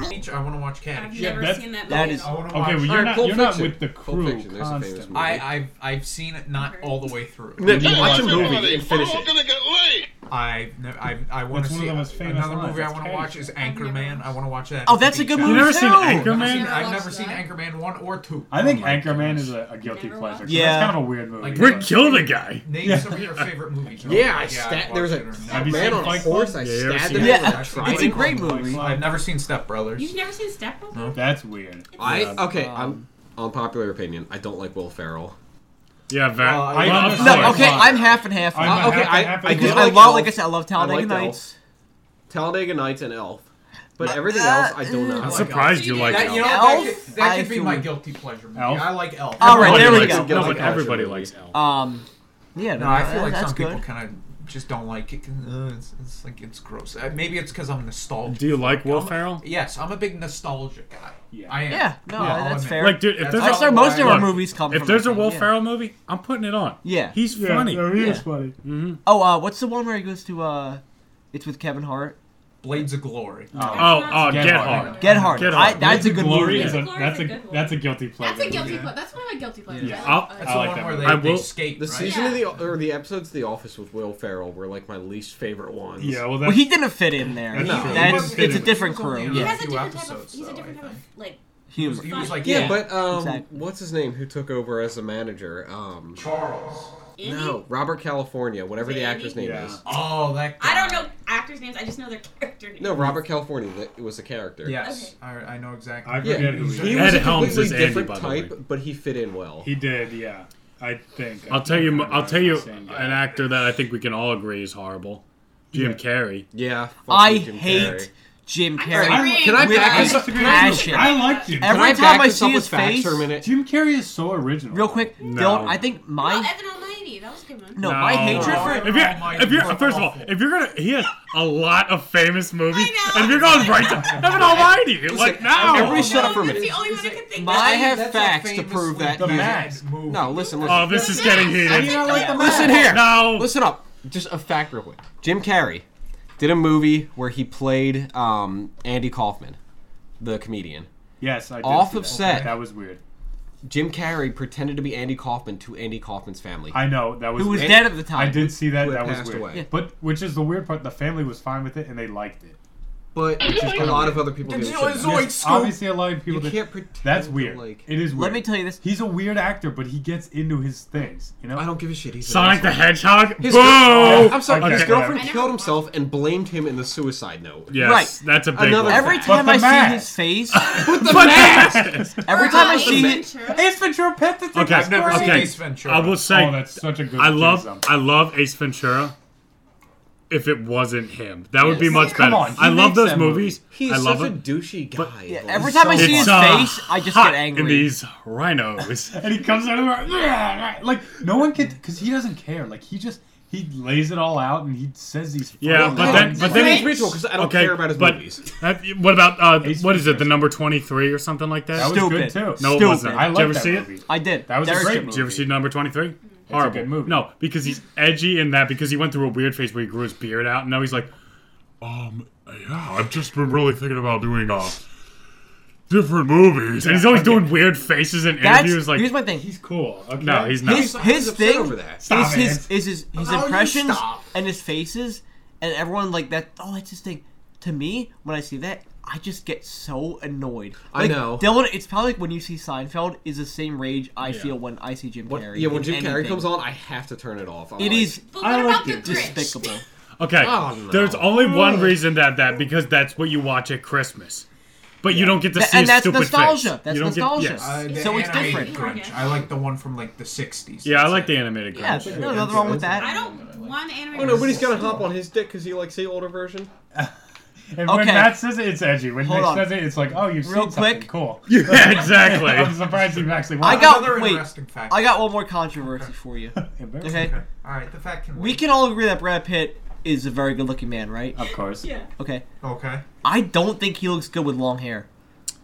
whoa.
Each- I want to watch
I've
Caddyshack.
never
that's-
seen that movie.
that
at
is-
I
all.
want to
Okay, well
watch.
you're
Alright,
not
Pulp
you're not
Fiction.
with the
Pulp
crew
Fiction, there's a famous
constantly.
movie.
I, I've I've seen it not all the way through.
Nick, watch a movie and finish it.
I never, I I want
That's one of
to see
the most famous
another
lines.
movie I
That's
want to
Caddyshack.
watch is Anchorman. I want to watch that.
Oh,
at the
that's a
beach
good
house.
You
movie.
never seen
too.
I've never
Anchorman?
seen, I've
Never
never
watched
seen
that.
Anchorman one or two.
I think
Oh my
Anchorman
goodness.
is a, a guilty
Never
pleasure.
watched
'cause
it.
That's
Yeah.
kind of a weird movie.
Like-
We're
but-
killing a guy.
Name some of your favorite movies.
Yeah, I
I've
stabbed. There was a
watched it or
Have
not.
you
man
seen
on a
Fight
horse.
Club?
I
Yeah, you ever
stabbed him.
seen it?
with
Yeah.
a
It's a
trident.
great movie.
I've never seen Step Brothers.
You've never seen Step Brothers?
That's weird.
I okay. I'm unpopular opinion. I don't like Will Ferrell.
Yeah, Ver-
Well, I-
Well,
I-
of
No,
course.
okay, I'm half and half.
I'm
Uh,
not
okay,
happy-
I-
happy
I
with
did-
it.
I
like
love, like I
Elf.
said, I love
I
Talladega
like
Nights.
Talladega Nights and Elf, but everything
uh,
else I do not.
I'm
like.
surprised you like
That, you know,
Elf.
that
Elf?
could, that
I
could be
feel
my
it.
guilty pleasure movie.
Elf?
I like Elf.
All right, there we
Everybody
go.
likes- No,
Guilty
but everybody
pleasure
likes
movies.
Elf.
Um, yeah,
No, I feel
that-
like
that's
some
good.
people kind of just don't like it. 'cause, uh, it's, it's like it's gross. Uh, maybe it's because I'm nostalgic.
Do you like Will Ferrell?
Yes, I'm a big nostalgia guy.
Yeah.
I am.
Yeah, no,
Yeah, I'll
that's
admit.
fair.
Like, dude, if
That's
there's
all
that's
a,
where most of
Look,
our movies come from.
if there's
I
a
think,
Will
yeah.
Ferrell movie, I'm putting it on.
Yeah.
he's funny.
he
is Yeah.
funny.
Oh, uh, what's the one where he goes to? uh It's with Kevin Hart.
Blades of Glory.
Oh, oh,
Get
Get,
Hard.
hard.
Get Hard.
Get
I,
Hard.
that's a good
Glory
movie.
is a
Glory's
that's
a
a
good one.
that's a guilty pleasure.
That's a guilty
movie.
pleasure. That's one of my guilty pleasures.
Yeah.
I like-
I'll-
I
That's
like-
the
like
one
that
where
movie.
they,
I
they
will-
escape.
The
right?
season
Yeah.
of the or the episodes of The Office with Will Ferrell were like my least favorite ones.
Yeah, well,
Well,
that's
he didn't fit in there. He-
That's true. He
that's
didn't fit
it's a
in.
different
He was
crew.
only in
Yeah,
it.
He has a
Few
different type of.
episodes,
He's a
though,
different
I
type of like.
He
humor.
was, he was like
Yeah,
yeah,
but um,
Exactly.
what's his name? Who took over as a manager? Um,
Charles.
No, Robert California, whatever the actor's name is.
Oh, that.
I don't know actors' names. I just know their character names.
No, Robert California. that- It was a character.
Yes, I, I know exactly.
he was a completely different type, but he fit in well.
He did, yeah. I think.
I'll tell you. I'll tell you an actor that I think we can all agree is horrible. Jim
Yeah.
Carrey.
Yeah,
I hate Jim Carrey.
Can I
with
back
a
this up?
passion.
I like Jim.
Every time I see his face,
Jim Carrey is so original.
Real quick, Dylan, I think my
Oh, Evan Almighty. That was a good one.
No, my hatred for-
if you're, if you're first of all, if you're gonna, he has a lot of famous movies, and if you're going
<laughs>
right to Heaven Almighty, like now,
Everybody shut up for a minute. I have
That's
facts to prove that.
The
you-
Mad
No, listen, listen.
Oh, this is getting heated.
I do not like the Mad. Listen here. No. Listen up. Just a fact real quick. Jim Carrey did a movie where he played um, Andy Kaufman, the comedian.
Yes, I did
Off
see
of
that.
set.
That was weird.
Jim Carrey pretended to be Andy Kaufman to Andy Kaufman's family.
I know that was weird. I did see that.
Who had
That was
passed
weird.
away.
But which is the weird part? The family was fine with it and they liked it.
But
Which is kinda
a lot
weird.
of other people did
Yes, obviously, a lot of people.
You
did.
can't pretend
That's
to,
weird.
like-
it is. Weird.
Let
me
tell you this.
He's a weird actor, but he gets into his things. You know. I
don't give a shit. He's
Sonic the Hedgehog?
His
Boo!
girl- I'm sorry.
Okay,
His girlfriend
whatever.
killed himself and blamed him in the suicide note.
Yes, Right. that's a big
Another
one.
every
fact.
time I see his face,
With the
But-
mask!
every time I see him,
Ace Ventura Pet Detective.
Okay,
I've never
okay.
seen Ace Ventura.
I will say
Oh, that's such a good.
I love
tease-up.
I love Ace Ventura. If it wasn't him, that would be
Yes.
much
Come
better.
on, he
I love
makes
those
that movie.
movies.
He's
I love
such a
it.
douchey guy.
Yeah,
Like,
every
he's
time I
so
see his
fun.
face, I just
hot
get angry.
In these
<laughs>
rhinos.
and he comes out of the room, like no one can because he doesn't care. Like he just he lays it all out and he says these.
Yeah,
fucking
but
lines.
then, but then okay, but that- what about uh, what is it? The number twenty three or something like that?
That was good, Stupid. too.
No, it
Stupid.
wasn't.
I
did
liked
you ever
that
see
movie.
it?
I did.
That was
That was a
great.
good
Did you ever
movie.
see number twenty three?
a
Horrible
good movie.
No, because he's edgy in that because he went through a weird phase where he grew his beard out, and now he's like,
Um, yeah, I've just been really thinking about doing uh different movies,
and he's always doing weird faces in
That's-
interviews. Like,
here's
my thing.
He's cool. Okay.
No, he's not.
His, his thing is his is his, his
Oh, you
impressions
stop.
and his faces and everyone like that. Oh, that's his thing. To me, when I see that, I just get so annoyed.
I
Like,
know.
Dylan. It's probably like when you see Seinfeld is the same rage I
Yeah.
feel when I see Jim
What-
Carrey.
yeah, when
in
Jim Carrey
anything.
comes on, I have to turn it off. I'm
It
like,
is
I liked it. <laughs>
despicable.
Okay.
Oh, no.
There's only one
Ugh.
reason that that because that's what you watch at Christmas. But you don't get to
Th-
see
and
his
that's
stupid
nostalgia.
face.
That's
you don't
nostalgia.
Get, yes.
Uh, the
So it's
animated
different.
Grinch. I like the one from like the '60s.
yeah, I like the animated
Yeah,
Grinch.
no, nothing wrong with that.
I don't want anime.
Oh, nobody's gonna hop on his dick because he likes the older version.
And
Okay.
when Matt says it, it's edgy. When
Hold
Nick
on.
says it, it's like, oh, you've
Real
seen something
quick.
cool.
<laughs> Yeah,
<laughs>
exactly.
I'm surprised you've actually.
I
watched
got
it.
wait. I got one more controversy for you.
very
okay.
<laughs>
okay. All right, the fact can.
We can all agree that Brad Pitt is a very good-looking man, right?
Of course.
Yeah.
Okay.
Okay.
I don't think he looks good with long hair.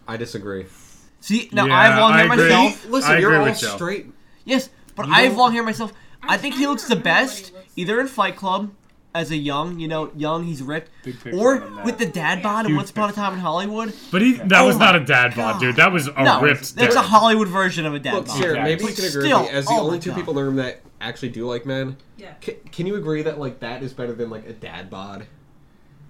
I disagree.
See, now
Yeah,
I have long
I
hair
agree.
myself.
See, listen, I you're agree all with Joe. straight.
Yes, but
You
I have
don't-
long hair myself. I think he looks the best either in Fight Club as a young, you know, young, he's ripped,
picture
or
on that.
with the dad bod in
Huge
Once Upon a Time in Hollywood.
But he, that
Oh
was
my
not a dad bod, dude. That was a
no,
ripped
That's
dad.
a Hollywood version of a dad
Look,
bod.
Sarah, maybe we
But
can agree
still,
with me, as the
oh
only
my
two
God.
people in the room that actually do like men.
Yeah.
Can, can you agree that like that is better than like a dad bod?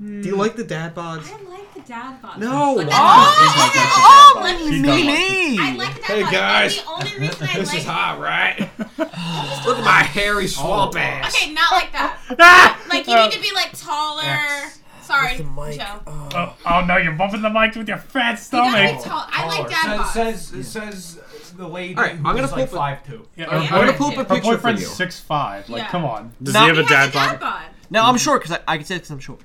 Do you like the dad bods?
I like the dad bod.
No.
But that's
Oh,
not-
oh,
Let me-
me,
me.
I like the dad
Hey,
bod.
guys.
And the only reason I
This
like
is hot, right?
<laughs>
<laughs> Look at my hairy swamp ass.
Okay, not like that. like you need to be like taller. Sorry, Joe.
Oh, oh, no, you're bumping the mic with your fat
gotta be
Oh,
stomach.
tall. I like dad bods.
Says says, says the lady
All right, I'm
who's
gonna
like
pull
five two.
I'm gonna pull up a picture for you. Six five. Like,
Yeah.
come on.
Does he have a He has
a dad dad bod? bod.
No, I'm short because I, I can say because I'm short.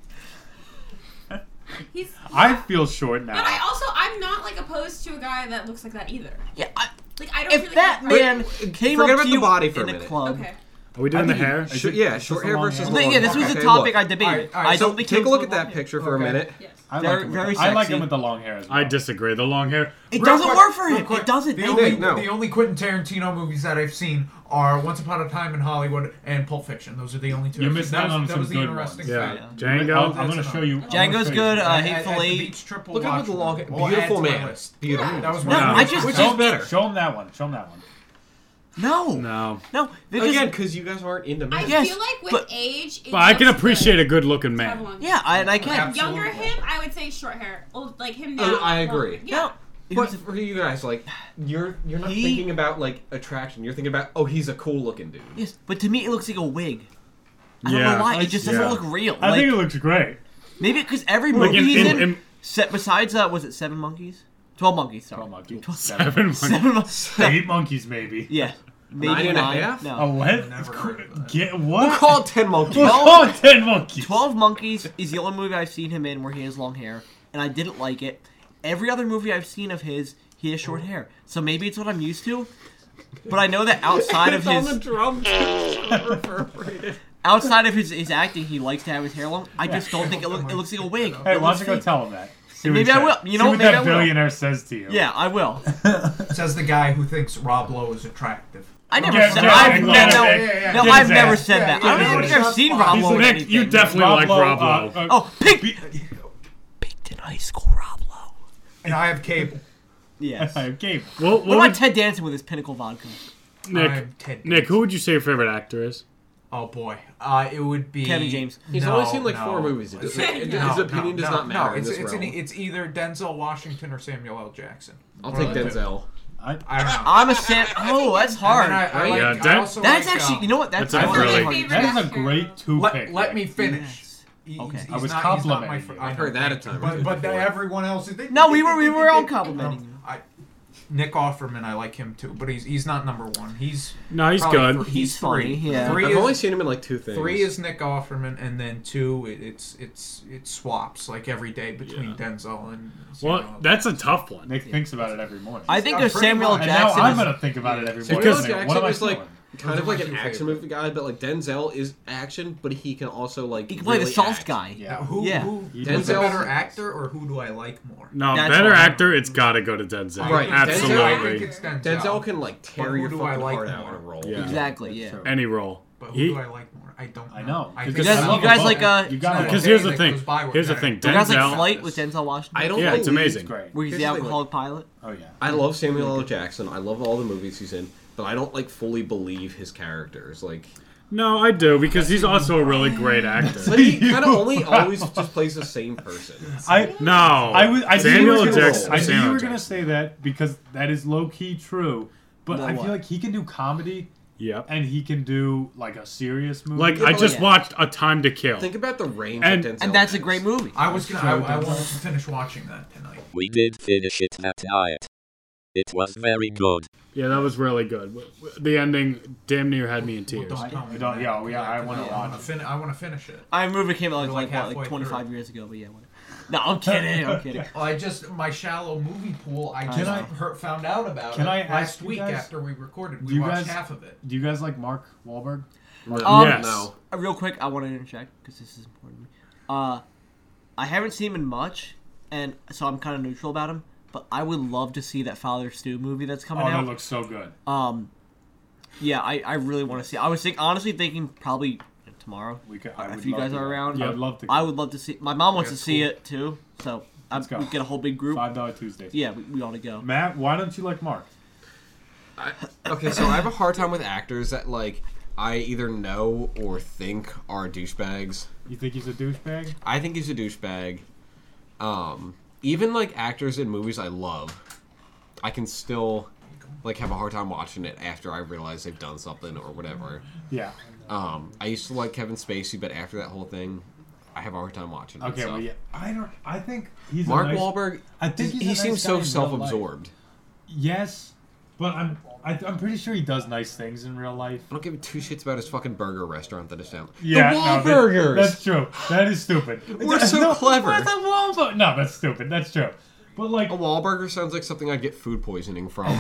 He's.
I feel short
But
now.
I also I'm not like opposed to a guy that looks like that either.
Yeah.
like I don't.
If
really
that
like
man came up
forget
to
about the
you
body for
in
a
a
minute.
club,
Are we doing
I
the
think
hair?
sh-
Is it-
yeah,
is
short
this a
hair
long
versus
hair?
long
Yeah, this
hair.
was a
Okay,
topic I
look.
debated. I
so
don't think he
take a
looks
look
good
at that
with
picture
long
for a
hair.
minute.
Yes.
I like
Very-
him with
very
the, I like
sexy.
him with the long hair as well.
I disagree. The long hair.
It
Real
doesn't
quick,
work for
real
him.
quick,
It doesn't.
The
It
only,
doesn't.
the only Quentin Tarantino movies that I've seen are Once Upon a Time in Hollywood and Pulp Fiction. Those are the only two.
You're
I've seen.
missing out
was-
on
that
some
was the
good ones.
interesting
Yeah.
fact.
Django,
I'll-
I'm gonna
that's
show
enough.
you-
Django's good. Uh, Hateful Eight.
Triple
Look at him with the long, beautiful man. Beautiful.
That was
one of the best. which
show,
is better.
Show him that one. Show him that one.
No.
No.
No.
Again, because you guys aren't into
I
men.
feel like with age, it
But I can
looks
appreciate
good.
a good looking
to have
man.
long
Yeah, I- and I can.
Like younger him, I would say short hair. Old like him now.
Oh, I
long
agree.
hair. Yeah.
But for either eyes, like you're you're not
He-
thinking about like attraction. You're thinking about oh, he's a cool looking dude.
Yes, but to me it looks like a wig. I don't know why. It just doesn't look real.
I think
Like,
it looks great.
Maybe because every
Like,
movie
in-
he's
in-
in, set besides uh, was it Seven Monkeys? Twelve Monkeys. Sorry. Twelve Monkeys.
<laughs>
Seven
Seven
monkeys.
Monkeys.
Eight monkeys, maybe.
<laughs> Yeah. Maybe Nine and a nine. half? No.
Oh, what?
Never
Get what?
We'll call it Ten Monkeys.
We'll call
<laughs>
it Ten Monkeys.
Twelve Monkeys is the only movie I've seen him in where he has long hair, and I didn't like it. Every other movie I've seen of his, he has short hair. So maybe it's what I'm used to. But I know that <laughs> outside of
It's
his
on the <laughs> drum.
outside of his, his acting, he likes to have his hair long. I just don't think it, look, it looks like a wig.
Hey,
It
why
looks
don't you go
fake.
tell him that? See what
maybe
he
I will.
says.
You
See
know,
what
maybe
that
I will.
billionaire says to you.
Yeah, I will.
Says the guy who thinks Rob Lowe
<laughs>
is attractive.
I never said. I've, no, no, I've never said that. I don't think I've seen Rob Lowe. in anything.
uh,
oh, Pink. Pinkton High School Rob Lowe.
And I have cable.
Yes.
I have cable.
Well,
Oh. what
what
about
would-
Ted Danson with his pinnacle vodka?
Nick, Nick, who would you say your favorite actor is?
Oh boy, uh, it would be
Kevin James.
He's
no,
only seen, like,
no.
four movies. It doesn't- it-
No,
his opinion
no,
does
no,
not matter
No,
in
it's
this
it's, an-
realm.
it's either Denzel Washington or Samuel L. Jackson.
I'll take Really? Denzel.
I,
I don't know.
I'm a Sam. Oh, that's hard.
And then I- I like- Yeah, I Den- also
that's
like,
actually.
um,
You know what? That's,
That's a
actually
really-
hard.
That is a great two
let,
pick.
Let me finish. He-
Okay.
he's
I was
not- he's not my
complimenting
fr-
you.
I
I've
know,
heard that a
thank
ton
you.
or two
But, but
before.
everyone else. They,
No,
they-
we were- we
they-
were
they-
all
they-
complimenting
um, I, Nick Offerman, I like him too, but he's he's not number one. He's
No, he's
probably
good.
three-
He's
he's three.
funny, yeah.
Three
I've
is-
only seen him in, like, two things.
Three is Nick Offerman, and then two, it, it's it's it swaps like every day between Denzel and.
Well, that's a tough one.
Nick thinks about it every morning.
I think
there's Samuel
and
Jackson
Now I'm
is-
gonna think about it every morning.
Samuel L.
Wait a minute,
Jackson
what am I
is like
doing?
kind
Those
of
are
like
my
an
two
action movie guy, but like Denzel is action, but he can also like he
can play the soft guy.
Now, who, who who's a
Denzel
better actor, or who do I like more?
No,
That's
better
hard.
actor, it's got to go to Denzel.
Right,
absolutely.
Denzel- I think it's
Denzel.
Denzel can, like, tear
But who
your
do I
fucking
like
heart out
more?
in a role.
Yeah.
Exactly, yeah.
Any role.
But who
He-
do I like more? I don't. Know.
I know.
I
You guys, you guys like uh?
You gotta- Because here's the thing. Here's the thing.
You guys like
Denzel-
Flight with Denzel Washington?
I don't.
Yeah, it's
believe-
amazing.
Where he's the
Here's the thing,
alcoholic pilot.
Oh yeah.
I love Samuel L. Jackson. I love all the movies he's in, but I don't like fully believe his
<laughs>
characters. Like,
No, I do because he's also a really great actor.
but he kind of only always just plays the same person.
I
No,
I was. I knew
Samuel
you were gonna-
Jackson-
I knew
Samuel
you were gonna say that because that is low key true. But
No,
I
what?
feel like he can do comedy.
Yep.
And he can do like a serious movie.
Like I just watched A Time to Kill.
Think about the range
And-
of Denzel.
and
that's a great movie.
I was gonna.
So
I, I
Denzel-
wanted to finish watching that tonight.
We did finish it that night. It was very good.
Yeah, that was really good. W- w- The ending damn near had me in tears.
Don't tell me
don't-
that,
yeah, yeah, I
because
wanna
I
watch
want to fin- I want to finish it.
I remember it came out
We're,
like, what,
like,
like
halfway
25 years ago, but yeah. Whatever. No, I'm kidding. I'm kidding.
Well, I just my shallow movie pool. I
Can
just
I-
heard, found out about
Can
it
I ask
last
you
week
guys-
after we recorded.
Do
We
you
watched
guys-
half of it.
Do you guys like Mark Wahlberg?
Um,
Yes.
uh, Real quick, I want to interject because this is important. to me. Uh, I haven't seen him in much, and so I'm kind of neutral about him. But I would love to see that Father Stew movie that's coming
Oh,
out.
that looks so good.
Um, yeah, I, I really want to see. I was think, honestly thinking probably tomorrow.
We could, I
if
would
you
love
guys
to
are
go.
around, uh,
I would love to go.
I would love to see. My mom wants
Yeah,
to see
cool.
it too, so I,
Let's go.
we get a whole big group.
Five Dollar Tuesday.
Yeah, we, we ought to go.
Matt, why don't you like Mark?
Okay, so I have a hard time with actors that like I either know or think are douchebags.
You think he's a douchebag?
I think he's a douchebag. Um, even like actors in movies I love, I can still like have a hard time watching it after I realize they've done something or whatever.
Yeah.
Um, I used to like Kevin Spacey, but after that whole thing, I have a hard time watching. it,
Okay,
uh,
so.
well, yeah. I don't. I think he's a
Mark
nice-
Wahlberg.
I think
he,
he's a nice
seems
guy in
so
real
self-absorbed.
life. Yes, but I'm. I, I'm pretty sure he does nice things in real life.
I don't give two shits about his fucking burger restaurant that is down.
Yeah,
the
no, that-
Wahlburgers.
that's true. That is stupid.
We're so clever.
Where's the Wahlburger? No, that's stupid. That's true. But like
a Wahlburger sounds like something I'd get food
<laughs>
poisoning from.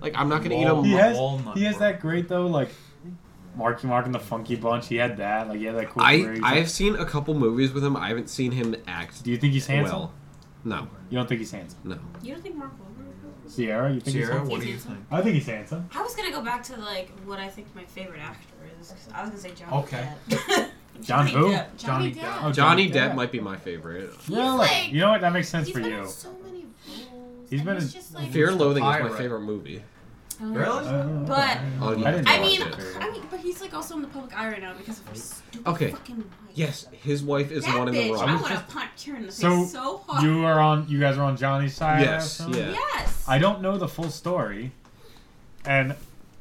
like I'm not gonna eat a
he has,
walnut.
He has that great though, like Marky Mark and the Funky Bunch. He had that. Like he had that cool.
I
career.
I've seen a couple movies with him. I haven't seen him act. Do
you think he's handsome?
Well. No,
You don't think he's handsome?
no.
You don't think Mark Wahlberg?
Sierra, you think he's
Sierra,
handsome?
what do you
think?
I think he's handsome.
I was gonna go back to like what I think my favorite actor is. 'cause I was gonna say John.
Okay.
Depp.
John
<laughs> Johnny
who?
Depp. Johnny,
Johnny
Depp.
Oh,
Johnny
Johnny
Depp
Depp.
might be my favorite.
Yeah,
He's like-
you know what? That makes sense
he's
for
been
you.
in so many roles.
He's been
and
in-
just like Oh,
Fear and Loathing is my
Pirate.
favorite movie. Really?
Uh,
But
Oh, yeah. I
I,
didn't watch
mean,
it.
I mean, but he's like also in the public eye right now because of her stupid
Okay.
fucking wife.
Yes, his wife is
that
the one in
bitch,
the
I
wrong.
want to punch her in the
So,
face so hard.
you are on. You guys are on Johnny's side.
Yes,
or something?
yeah.
Yes.
I don't know the full story, and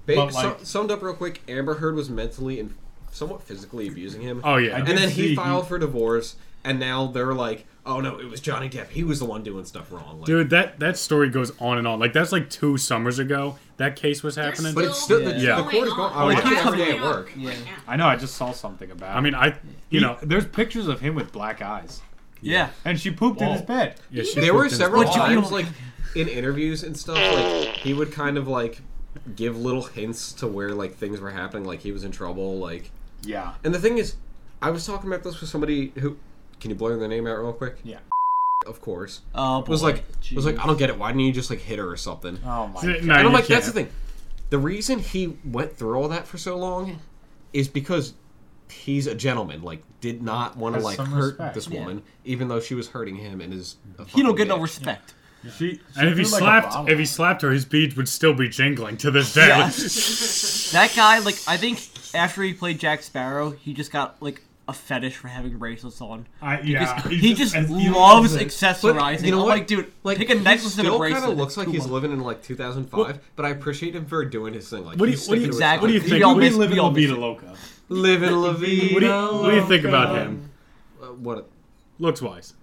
Ba-
but
su-
like
summed up real quick, Amber Heard was mentally and somewhat physically abusing him.
Oh, yeah. I
and
did
then
see
he
he-
filed for divorce, and now they're like, "Oh no, it was Johnny Depp. He was the one doing stuff wrong." Like,
Dude, that, that story goes on and on. Like that's like two summers ago that case was happening.
But it's still- it's Yeah. the court is going- I watch it every day at work.
Oh Yeah.
I know. I just saw something about.
I mean, I you know,
there's pictures of him with black eyes.
Yeah.
And she pooped in his bed.
there were several times, like in interviews and stuff, like he would kind of like give little hints to where like things were happening, like he was in trouble, like
yeah.
And the thing is, I was talking about this with somebody who can you blur their name out real quick?
Yeah.
Of course.
Oh,
was
boy.
like was like
Jeez.
I don't get it. Why didn't you just like hit her or something?
Oh my
No,
And
you
I'm like that's the
can't.
thing. The reason he went through all that for so long is because he's a gentleman. Like did not want to
Has
like
some
hurt
respect.
this
Yeah.
woman, even though she was hurting him and is. A
He don't
fucking
get no
bitch.
respect.
She,
and if he slapped if he slapped her, his beads would still be jingling to this day. <laughs>
Yeah.
Like,
that guy, like, I think after he played Jack Sparrow, he just got like a fetish for having bracelets on.
I-
He
yeah,
just-
he's
he
just-
just
and Ah, he
loves
loves it.
accessorizing.
But you know
I'm
what?
like, dude,
Like
pick a necklace
he
and a
still
bracelet.
kind of
It's
looks like
cool
he's
money.
living in like 2005, but I appreciate him for doing his thing. Like
what do you
he's
what do you,
sticking to his
what do you
topic.
think?
we live in La Vida Loca.
<laughs> Living La Vida
What do you, what do you think about
Loca.
him?
Uh, what
Looks wise.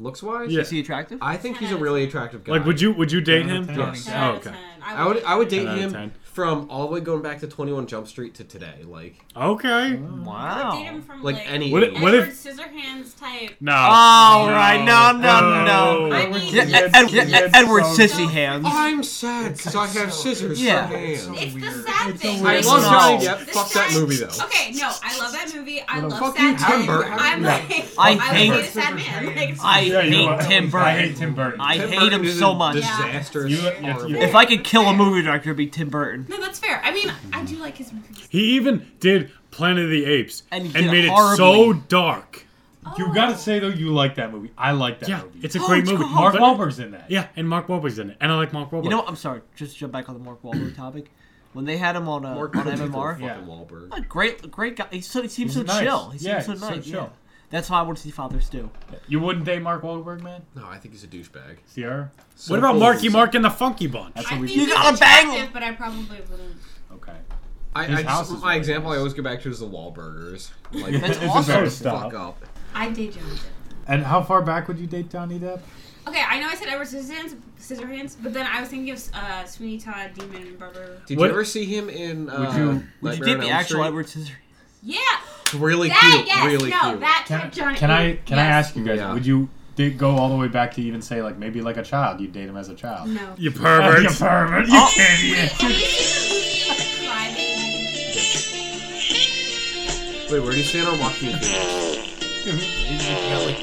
looks wise?
Yeah. Is he
attractive?
I think he's a really attractive guy.
Like, would you would you date him?
Yes.
Oh, okay.
I would I would date
10 out of
him
10.
from all the way going back to 21 Jump Street to today. Like
Okay.
Wow.
Date him from
Like
like,
any
What if-
Edward
what if-
Scissorhands type.
No.
Oh, right. No, no, no.
No.
no.
I mean,
Yeah,
it's-
Edward,
it's
Edward
so-
Sissy Hands.
Oh,
I'm sad because I have scissors
Yeah.
for hands.
It's the sad thing.
I
like,
love Johnny
No.
Depp. Fuck that movie though.
Okay, no, I love that movie. I
Well,
love
fuck
sad
you, Tim
men.
Burton.
I'm
Yeah.
<laughs>
like,
I
I, hate
hate-
a sad man. Like,
I
Yeah, you're
hate
right.
Tim Burton.
I hate Tim Burton.
Oh.
I
Tim
hate
Burton
him
is
so
a
much.
disaster.
You- yes, you-
If I could kill a movie director, it'd be Tim Burton.
no, that's fair. I mean, I do like his movies.
He even did Planet of the Apes
And
and,
he did
made it so
horribly.
dark.
You gotta say though, you like that movie. I like that
Yeah,
movie.
it's a great movie.
Mark
But-
Wahlberg's in that.
Yeah, and Mark Wahlberg's in it, and I like Mark Wahlberg.
You know, what? I'm sorry. Just to jump back on the Mark Wahlberg topic. When they had him on, uh,
Mark
on
Wahlberg
MMR,
for fucking Wahlberg.
a great, great guy. He, so, he seems
He's
so
nice.
chill. He
Yeah,
seems
he's so
so nice. yeah.
chill.
That's why I want to see Fathers do.
You wouldn't date Mark Wahlberg, man?
No, I think he's a douchebag.
Sierra?
what about Marky Mark and the Funky Bunch?
That's
I
what
think
we
he's
gotta bang
attractive, but I probably wouldn't.
Okay.
I,
His
I
house is
just, my example I always go back to is the Wahlburgers. Like
That's
shut
awesome.
the
Stop.
Fuck up.
I date Johnny Depp.
And how far back would you date Johnny Depp?
Okay, I know I said Edward Scissorhands, Scissorhands, but then I was thinking of uh, Sweeney Todd, Demon, and Barber.
Did
What-
you ever see him in? Uh,
Would you- would you
Would you
Nightmare
date
on
the
Elm
actual
Street?
Edward Scissorhands?
Yeah.
Really
that,
cute.
Yes,
really
no,
cute.
That type Johnny.
Can I can I
yes.
ask you guys?
Yeah.
Would you date, go all the way back to even say like maybe like a child? You'd date him as a child?
No.
You pervert.
you <laughs> pervert! You
Oh.
idiot!
Have you seen the movie Crybaby?
Wait, where do you stand on Joaquin Phoenix?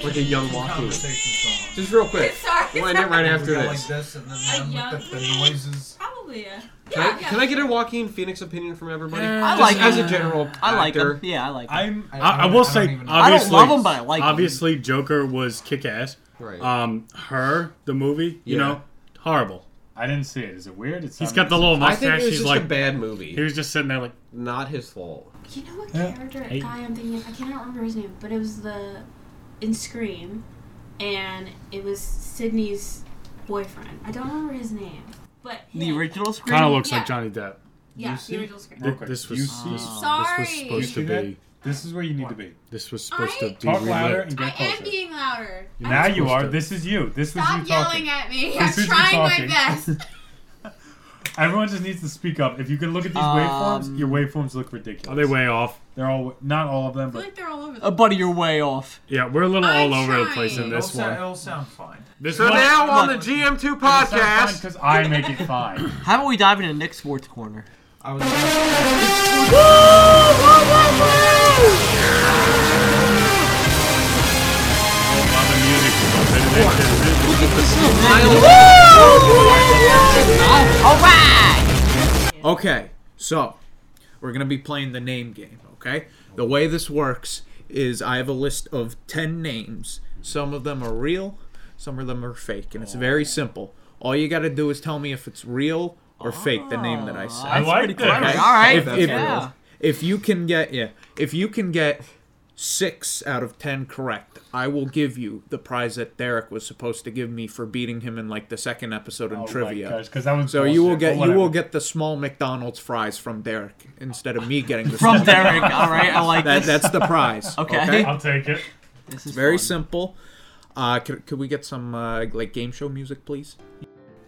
like a young Joaquin. Just real quick.
Sorry.
We'll end it right after
Go
this.
Like this, and then
A
them
young
with the, the noises.
Probably yeah.
Can, I, can I get a Joaquin Phoenix opinion from everybody?
I
Just
like him.
as a general.
I like
actor.
him. Yeah, I like him.
I'm
I, I will say,
I don't
obviously,
love him, but I like him.
Obviously, Joker was kick ass.
Right.
Um, her the movie, you
Yeah.
know, horrible.
I didn't see it. Is it weird? It's
He's got the little
I
mustache.
think it was
He's
just
like
a bad movie.
he was just sitting there like
Not his fault.
You know what
Yeah.
character
Hey.
guy I'm thinking of? I cannot remember his name, but it was the in Scream, and it was Sydney's boyfriend. I don't remember his name, but
The original Scream.
kind of looks
Yeah.
like Johnny Depp.
yeah, the
see-
original Scream.
Real quick,
This
do
was
you
this,
see-
this
Sorry.
was supposed to
You see that?
be.
This is where you need to be.
This was supposed
I-
to be.
Talk louder
relit.
and
I
get
am
closer.
being louder. I'm
Now you
supposed
are.
to-
This is you. This was you
Stop
talking.
yelling at me.
This
I'm
is you
trying my
talking.
best.
Everyone just needs to speak up. If you can look at these waveforms,
Um,
your waveforms look ridiculous.
Are Oh, they way off?
They're all not all of them,
I feel
but
like they're all
<laughs>
over the
Uh, buddy, you're way off.
Yeah, we're a little
I'm
all over the place in
trying.
this
it'll, sou-
one.
it'll sound fine.
This
So
one.
now on the
look.
GM2 podcast.
because I make it fine.
How about we dive into Nick Swartz corner?
I was.
Okay, so we're going to be playing the name game, okay? The way this works is I have a list of 10 names. Some of them are
Oh.
real, some of them are fake, and it's very simple. All you got to do is tell me if it's real or fake the name that I said.
Oh, I like this.
Okay.
All right.
If,
That's
if-
good.
if you can get yeah, if you can get six out of ten correct, I will give you the prize that Derek was supposed to give me for beating him in like the second episode in
Oh my
trivia.
gosh, 'cause that one's
so you will
bullshit,
get
but
you will
whatever.
get the small McDonald's fries from Derek instead of
<laughs>
me getting the
From
small
Derek,
McDonald's
all right, I
fries.
like
that.
this.
That's the prize.
Okay. I'll
take it.
This
is very simple. Uh, could, could we get some uh, like game show music, please?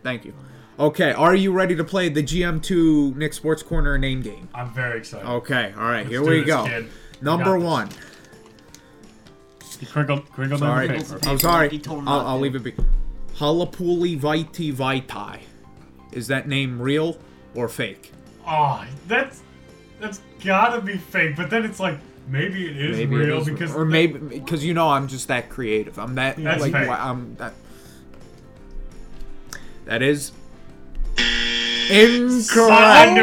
Thank you. Okay, are you ready to play the GM2 Nick Sports Corner name game?
I'm very excited.
Okay, all right,
Let's
Oh, here
do
we
this,
go.
kid.
Number
You got this.
one.
He crinkled, crinkled <laughs>
Sorry,
on the paper.
I'm sorry.
him
I'll,
not
I'll
to.
leave it be. Halapuli Vaiti Vaitai. Is that name real or fake?
Oh, that's that's gotta be fake. But then it's like maybe it is
Maybe it
real
is real.
because
or maybe because you know I'm just that creative. I'm that
That's
like
fake.
why- I'm that. That is incorrect.
I knew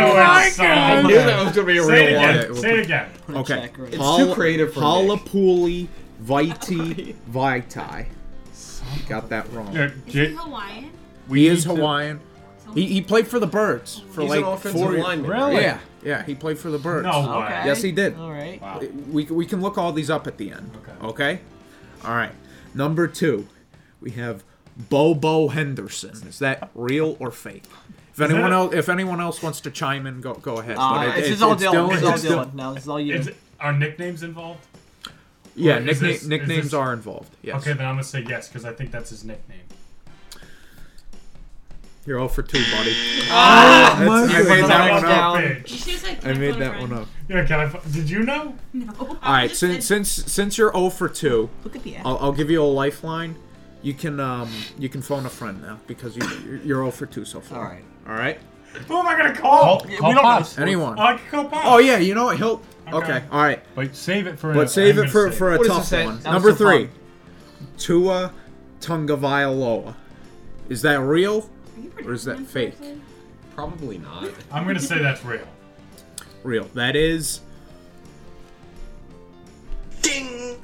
it, son. I knew that was gonna be a Say it real again.
Okay,
one. Say it again. Put a
Okay,
check right It's
Hal-
too creative for Nick.
Halapuli Vaiti Vaitai. You got that wrong.
Yeah,
Is he Hawaiian?
He is Hawaiian. He, he played for the Birds for
He's
like
an offensive
four years.
lineman, Really? right?
Yeah, yeah. He played for the Birds.
Oh
No way. Okay.
Yes, he did.
All right. Wow.
We, we can look all these up at the end. Okay. Okay. All right. Number two, we have Bobo Henderson. Is that real or fake? If
Is
anyone
that-
else, if anyone else wants to chime in, go go ahead.
Uh,
But it-
this
it-
is all Dylan.
Dylan-
This is all
it's
Dylan. Now this is all you.
Is, are nicknames involved?
Yeah,
Or is
nickna-
this- is
nicknames
this-
are involved. Yes.
Okay, then I'm gonna say yes because I think that's his nickname.
You're all for two, buddy.
Ah,
That's-
my
I made
goodness.
that one
Down.
up.
You should've said
I made
Capo
that
Trent.
one up.
Yeah, can I? fi- Did you know? No.
All right, Oh, since since since you're 0 for 2,
Look at the app.
I'll, I'll give you a lifeline. You can um you can phone a friend now because you you're- you're 0 for 2 so far. All right. All right.
Who am I gonna call?
Call- call Pops. Anyone.
Oh, I can call Pops.
Oh yeah, you know what? He'll okay.
Okay.
All right.
But save it for.
But save it for for a tough one. Number 3.
Are
Tua Tungavailoa. Is that real or is that fake?
Probably <laughs> not.
I'm gonna say that's real.
Real. That is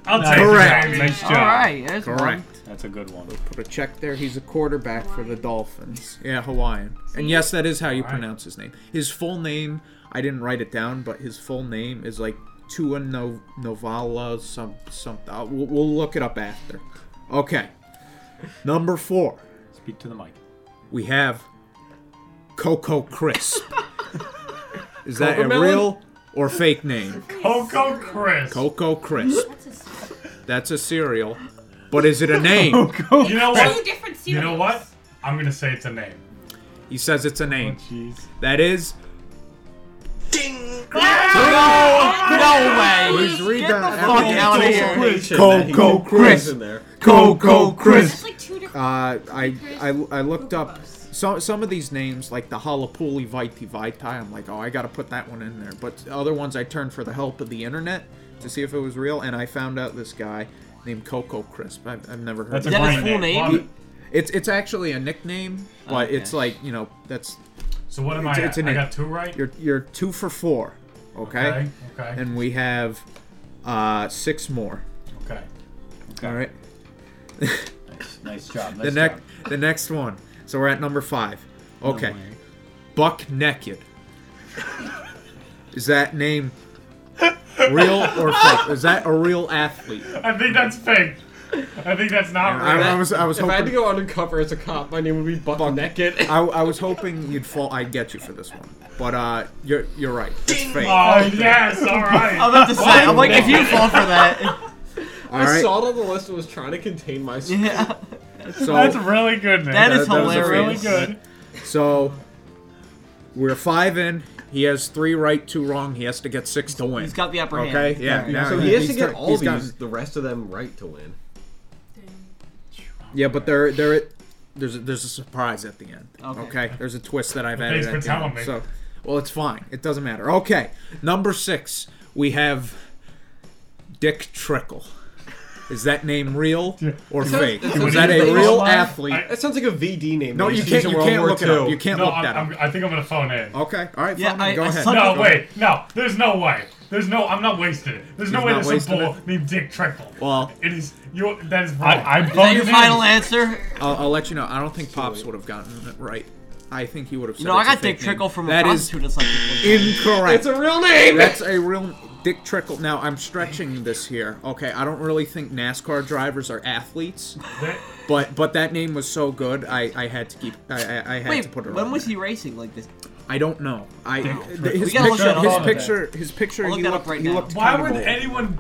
I'll
Nice.
take it.
Correct.
Nice Nice job. job. Alright, there's one. That's a good one.
We'll put a check there. He's a quarterback for the Dolphins. Yeah, Hawaiian. And yes, that is how you pronounce his name. His full name, I didn't write it down, but his full name is like Tua no- Novala some something. Uh, We'll, we'll look it up after. Okay. Number four.
Speak to the mic.
We have Coco <laughs> Crisp. is that a
Cocomelon?
real or fake name?
Coco Chris.
Coco Crisp. That's a cereal. But is it a name? <laughs>
You know what?
Two different
You know what? I'm gonna say it's a name.
He says it's a name. that is.
No way.
He's reading
the fuck out of here.
Coco Crisp. Coco Crisp.
Uh,
I, I I looked up some some of these names like the Halapuli Vaiti Vaitai. I'm like, oh, I gotta put that one in there. But other ones I turned for the help of the internet to see if it was real, and I found out this guy named Coco Crisp. I've, I've never heard.
That's
of
a
him.
great Is that his full name. name? Love it.
It's it's actually a nickname,
Oh,
but it's like you know that's.
So what am
it's,
I
It's a
at? I
nick-
got two right?
You're you're two for four. Okay.
Okay, okay.
And we have uh six more.
Okay.
All right.
Nice job.
the next the next one. So we're at number five.
No
Okay.
way.
Buck naked. Is that name real or fake? Is that a real athlete?
I think that's fake. I think that's not
I,
real.
I was I was
if
hoping
I had to go undercover as a cop, my name would be Buck, Naked.
I, I was hoping you'd fall. I get you for this one, but uh, you're you're right. It's fake.
Oh yes, all
<laughs>
right.
I'm about to say. I'm like, if you fall for that, <laughs>
All
I
right.
saw it on the list and was trying to contain myself. Yeah.
So-
that's really good, man.
That is Oh. That- that was a
Really
hilarious. fail.
good.
So we're five in. He has three right, two wrong. He has to get six to win. He's
got the upper
okay?
hand.
Okay, yeah. now
so he has to
he's
get
got-
all
he's
these,
gotten-
the rest of them right to win.
yeah, but there, there, there's a, there's a surprise at the end.
Okay.
Okay. There's a twist that I've
Well,
added.
thanks for
at the
telling
end.
me.
So, well, it's fine. It doesn't matter. Okay. Number six, we have Dick Trickle. Is that name real or fake? Is that a real athlete?
that sounds like a VD name.
No,
that
you
was
can't-
used in
you
World
can't
War
look it up. Oh,
II.
You can't
no,
look
I'm,
that
I'm, I think I'm gonna phone in.
Okay, all right,
Yeah,
phone in. I- Go I ahead. suck
No,
at-
wait, no. There's no way. There's no. I'm not wasting it. There's no
He's
way
not
there's some
wasting
bull named Dick Trickle.
Well-
it is. You. That is wrong.
I- I'm
voting in.
I'll, I'll let you know. I don't think Pops would have gotten it right. I think he would have.
You
said
know, I
it's a
got Dick
fake name.
Trickle from a
that is
prostitute <laughs> that's like-
incorrect.
It's a real name!
That's a real Dick Trickle. Now I'm stretching this here. Okay, I don't really think NASCAR drivers are athletes, but but that name was so good, I, I had to keep I, I, I had
Wait,
to put it.
when
on
was
there.
he racing like this?
I don't know. I
Dick
th-
Trickle.
his
We gotta look
picture
that
his
up.
picture his picture
I'll look
he
that
looked,
up right
he
now.
looked
Why
kind of
would
old.
anyone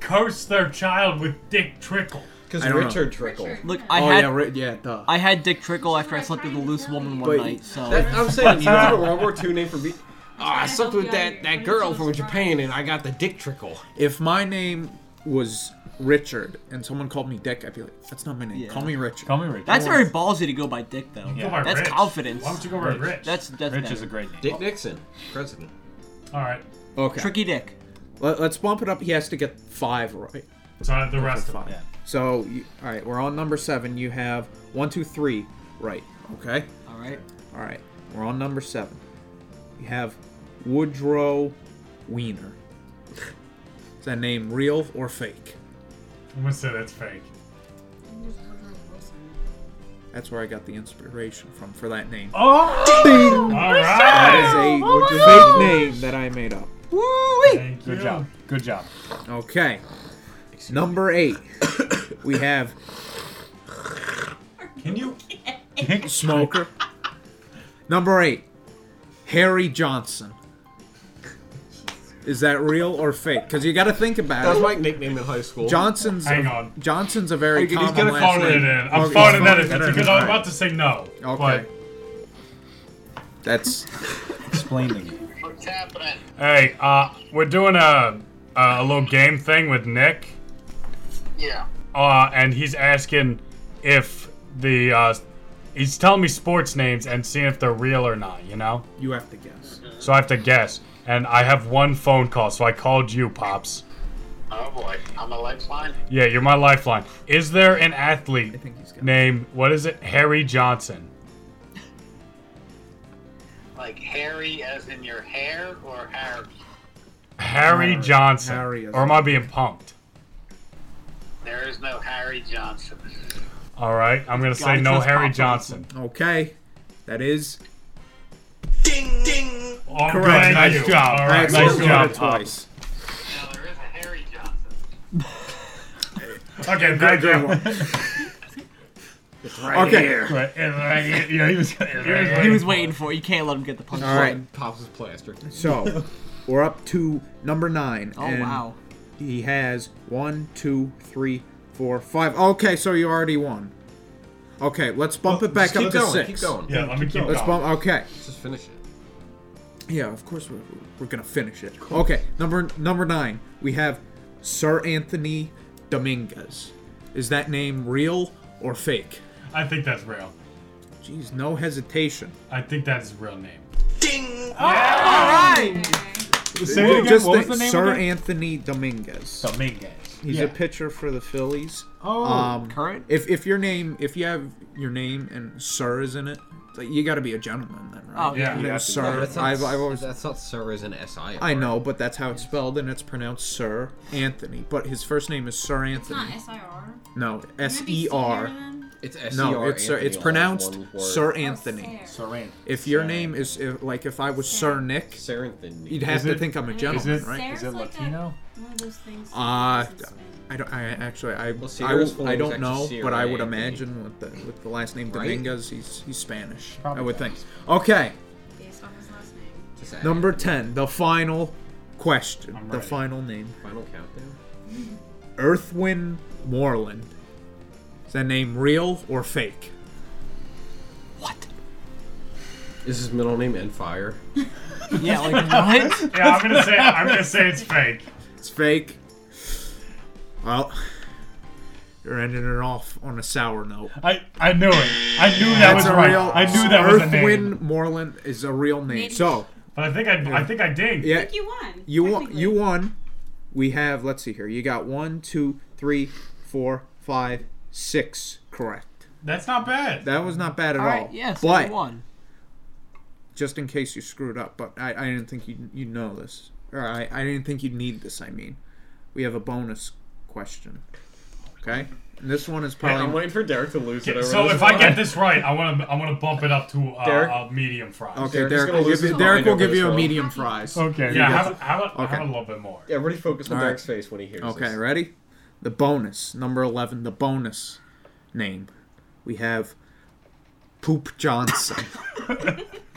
curse their child with Dick Trickle?
'Cause I don't Richard know. Trickle.
Look, I
Oh,
had
yeah, Ri- yeah, duh.
I had Dick Trickle after I slept with a loose woman one
But-
night. So
that, I'm saying, you have a World War II name for me. Oh, I slept with that, that girl from Japan and I got the dick trickle.
If my name was Richard and someone called me Dick, I'd be like, that's not my name. Call me Richard.
Call me Richard.
That's very ballsy to go by Dick, though.
Yeah. Go by
That's
Rich.
confidence.
Why don't you go by Rich?
That's that's
Rich
better.
is a great
Dick Nixon, president.
All right.
Okay.
Tricky Dick.
Let, us bump it up. He has to get five right.
So the
Go for
rest of them, yeah.
So you, all right, we're on number seven. You have one, two, three right. Okay.
All right.
All right. We're on number seven. You have Woodrow Wiener. Is that name real or fake?
I'm gonna say that's fake.
That's where I got the inspiration from for that name.
Oh!
Ding!
All
That is
right.
a
Oh my
fake
gosh.
name that I made up.
Thank you.
Good job. Okay. Number
<coughs>
eight. we have.
Can you?
Smoker. <laughs> Number eight. Harry Johnson. Is that real or fake? Because you got to think about
That was
it.
my nickname in high school.
Johnson's.
Hang
a,
on.
Johnson's a very
He's
common
gonna
last
phone it
name.
in. I'm
Okay,
phoning
he's
that in
phoning
because I'm about to say no.
Okay. That's
explaining.
What's happening?
Hey, uh, we're doing a a little game thing with Nick.
Yeah.
Uh, and he's asking if the uh, he's telling me sports names and seeing if they're real or not. You know.
You have to guess.
So I have to guess, and I have one phone call. So I called you, pops.
Oh boy, I'm a lifeline.
Yeah, you're my lifeline. Is there an athlete named what is it? Harry Johnson.
Like Harry, as in your hair, or Harry?
Harry,
Harry.
Johnson.
Harry is-
or am I being punked?
There is no Harry Johnson.
All right, I'm gonna say
Gotta
no
trust
Harry
Pop
Johnson.
Okay. That is
Ding ding.
All
correct.
right, nice job. All
I
right,
actually
nice
did
job,
it
Pop.
twice.
Okay, thank <laughs> you.
It's
right Okay. here. Right, it's right here. You know, he was-
he,
it's
was,
right here.
he was waiting for it. You can't let him get the punch.
All right.
Pops is plastered.
So we're up to number nine.
Oh,
and
wow.
He has one, two, three, four, five. Okay, so you already won. Okay, let's bump it back
Just
up
keep
to
going,
six.
Keep going.
Let's bump. Okay.
Just finish it.
Yeah, of course we're, we're gonna finish it. Okay, number number nine. We have Sir Anthony Dominguez. Is that name real or fake?
I think that's real.
Jeez, no hesitation.
I think that's his real name.
All right.
Say it again,
Just
what was
think,
the name
Sir
again?
Anthony Dominguez.
Dominguez.
He's
Yeah.
a pitcher for the Phillies. Um,
Oh, current?
If if your name if you have your name and Sir is in it, it's like, you got to be a gentleman then, right?
Oh, yeah.
You
Yeah,
know,
that's-
Sir.
no, that's not-
I've, I've always
that's not Sir is an SI
I know, but that's how it's spelled, and it's pronounced Sir Anthony. But his first name is Sir Anthony.
It's not SIR.
No,
Maybe
S E R.
It's E
No,
SER
it's Sir,
Anthony,
it's
all
pronounced
one word.
Sir
Oh,
Anthony.
Sir Anthony.
If your name is if, like if I was Sir Nick,
Sir Anthony.
you'd have
Is
to
it-
think I'm a
is
gentleman,
it-
right?
is it like
Latino?
One of those things.
Uh, I don't. I actually, I,
see,
I,
there's
will-
one
I
that's
don't
actually
know,
Sierra
but I would
Anthony.
imagine with the with the last name
Right?
Dominguez, he's he's Spanish. I
Probably
would think. Okay,
Based on his last name.
number ten, the final question,
I'm
the
ready.
final name,
Final countdown.
Earthwin Moreland. Is that name real or fake?
Is his middle name Enfire?
Yeah, like what?
yeah, I'm gonna say I'm gonna say it's fake.
It's fake. Well, you're ending it off on a sour note.
I I knew it. I knew that
That's
was
a
right.
real-
I knew that was a name.
Earthwind Moreland is a real name. So,
But I think I I think I dinged.
yeah, you won. You won. We have. Let's see here. You got one, two, three, four, five, six. Correct.
That's not bad.
That was not bad at all.
Alright, yes,
but
you won.
just in case you screwed up, but I, I didn't think you you know this, or I, I didn't think you'd need this. I mean, we have a bonus question. Okay, and this one is
Hey,
probably.
I'm waiting
for Derek to lose
Yeah, so if I get this right, I want to I want to bump it up to uh,
Derek?
uh, medium fries.
Okay, Derek, will give, you, Derek will give you a medium fries.
Okay. Yeah, have, have, a, have a little bit more.
Everybody focus on
All right.
Derek's face when he hears
Okay,
this.
ready? The bonus, number 11, the bonus name. We have
<laughs>
Poop Johnson.
Come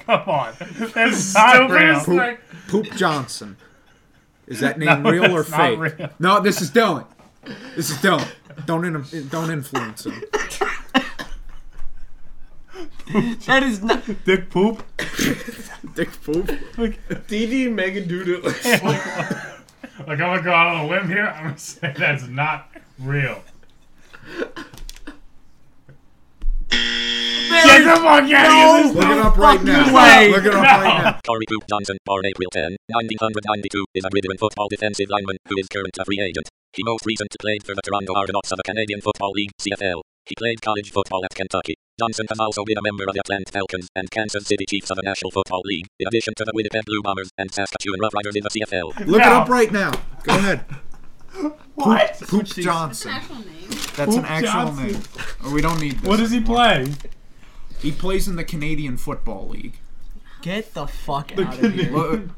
on, <laughs> that's not real.
Poop, Poop Johnson. Is
<laughs>
that name
No,
real or
that's not
fake?
real.
No, this is Dylan. This is Dylan. Don't in, don't
<laughs>
influence him.
that is not
Dick Poop.
Dick poop. Like DD Mega Doodoo.
Like I'm gonna go out on a limb here. I'm gonna <laughs> say that's not real. Get the fuck out of here!
Look it up
right
now.
Way.
Look it up right now.
Corey Poop Johnson, born April 10, 1992, is a Brisbane football defensive lineman who is current a free agent. He most recently played for the Toronto Argonauts of the Canadian Football League, CFL. He played college football at Kentucky. Johnson has also been a member of the Atlanta Falcons and Kansas City Chiefs of the National Football League, in addition to the Winnipeg Blue Bombers and Saskatchewan Roughriders in the CFL.
Look it up right now. Go
<laughs>
ahead.
What?
Poop, Poop Johnson.
That's
That's
an
an
Poop
actual
Johnson.
name. Or we don't need this.
What does he play?
He plays in the Canadian Football League.
Get the fuck
The
out of here.
Canadian-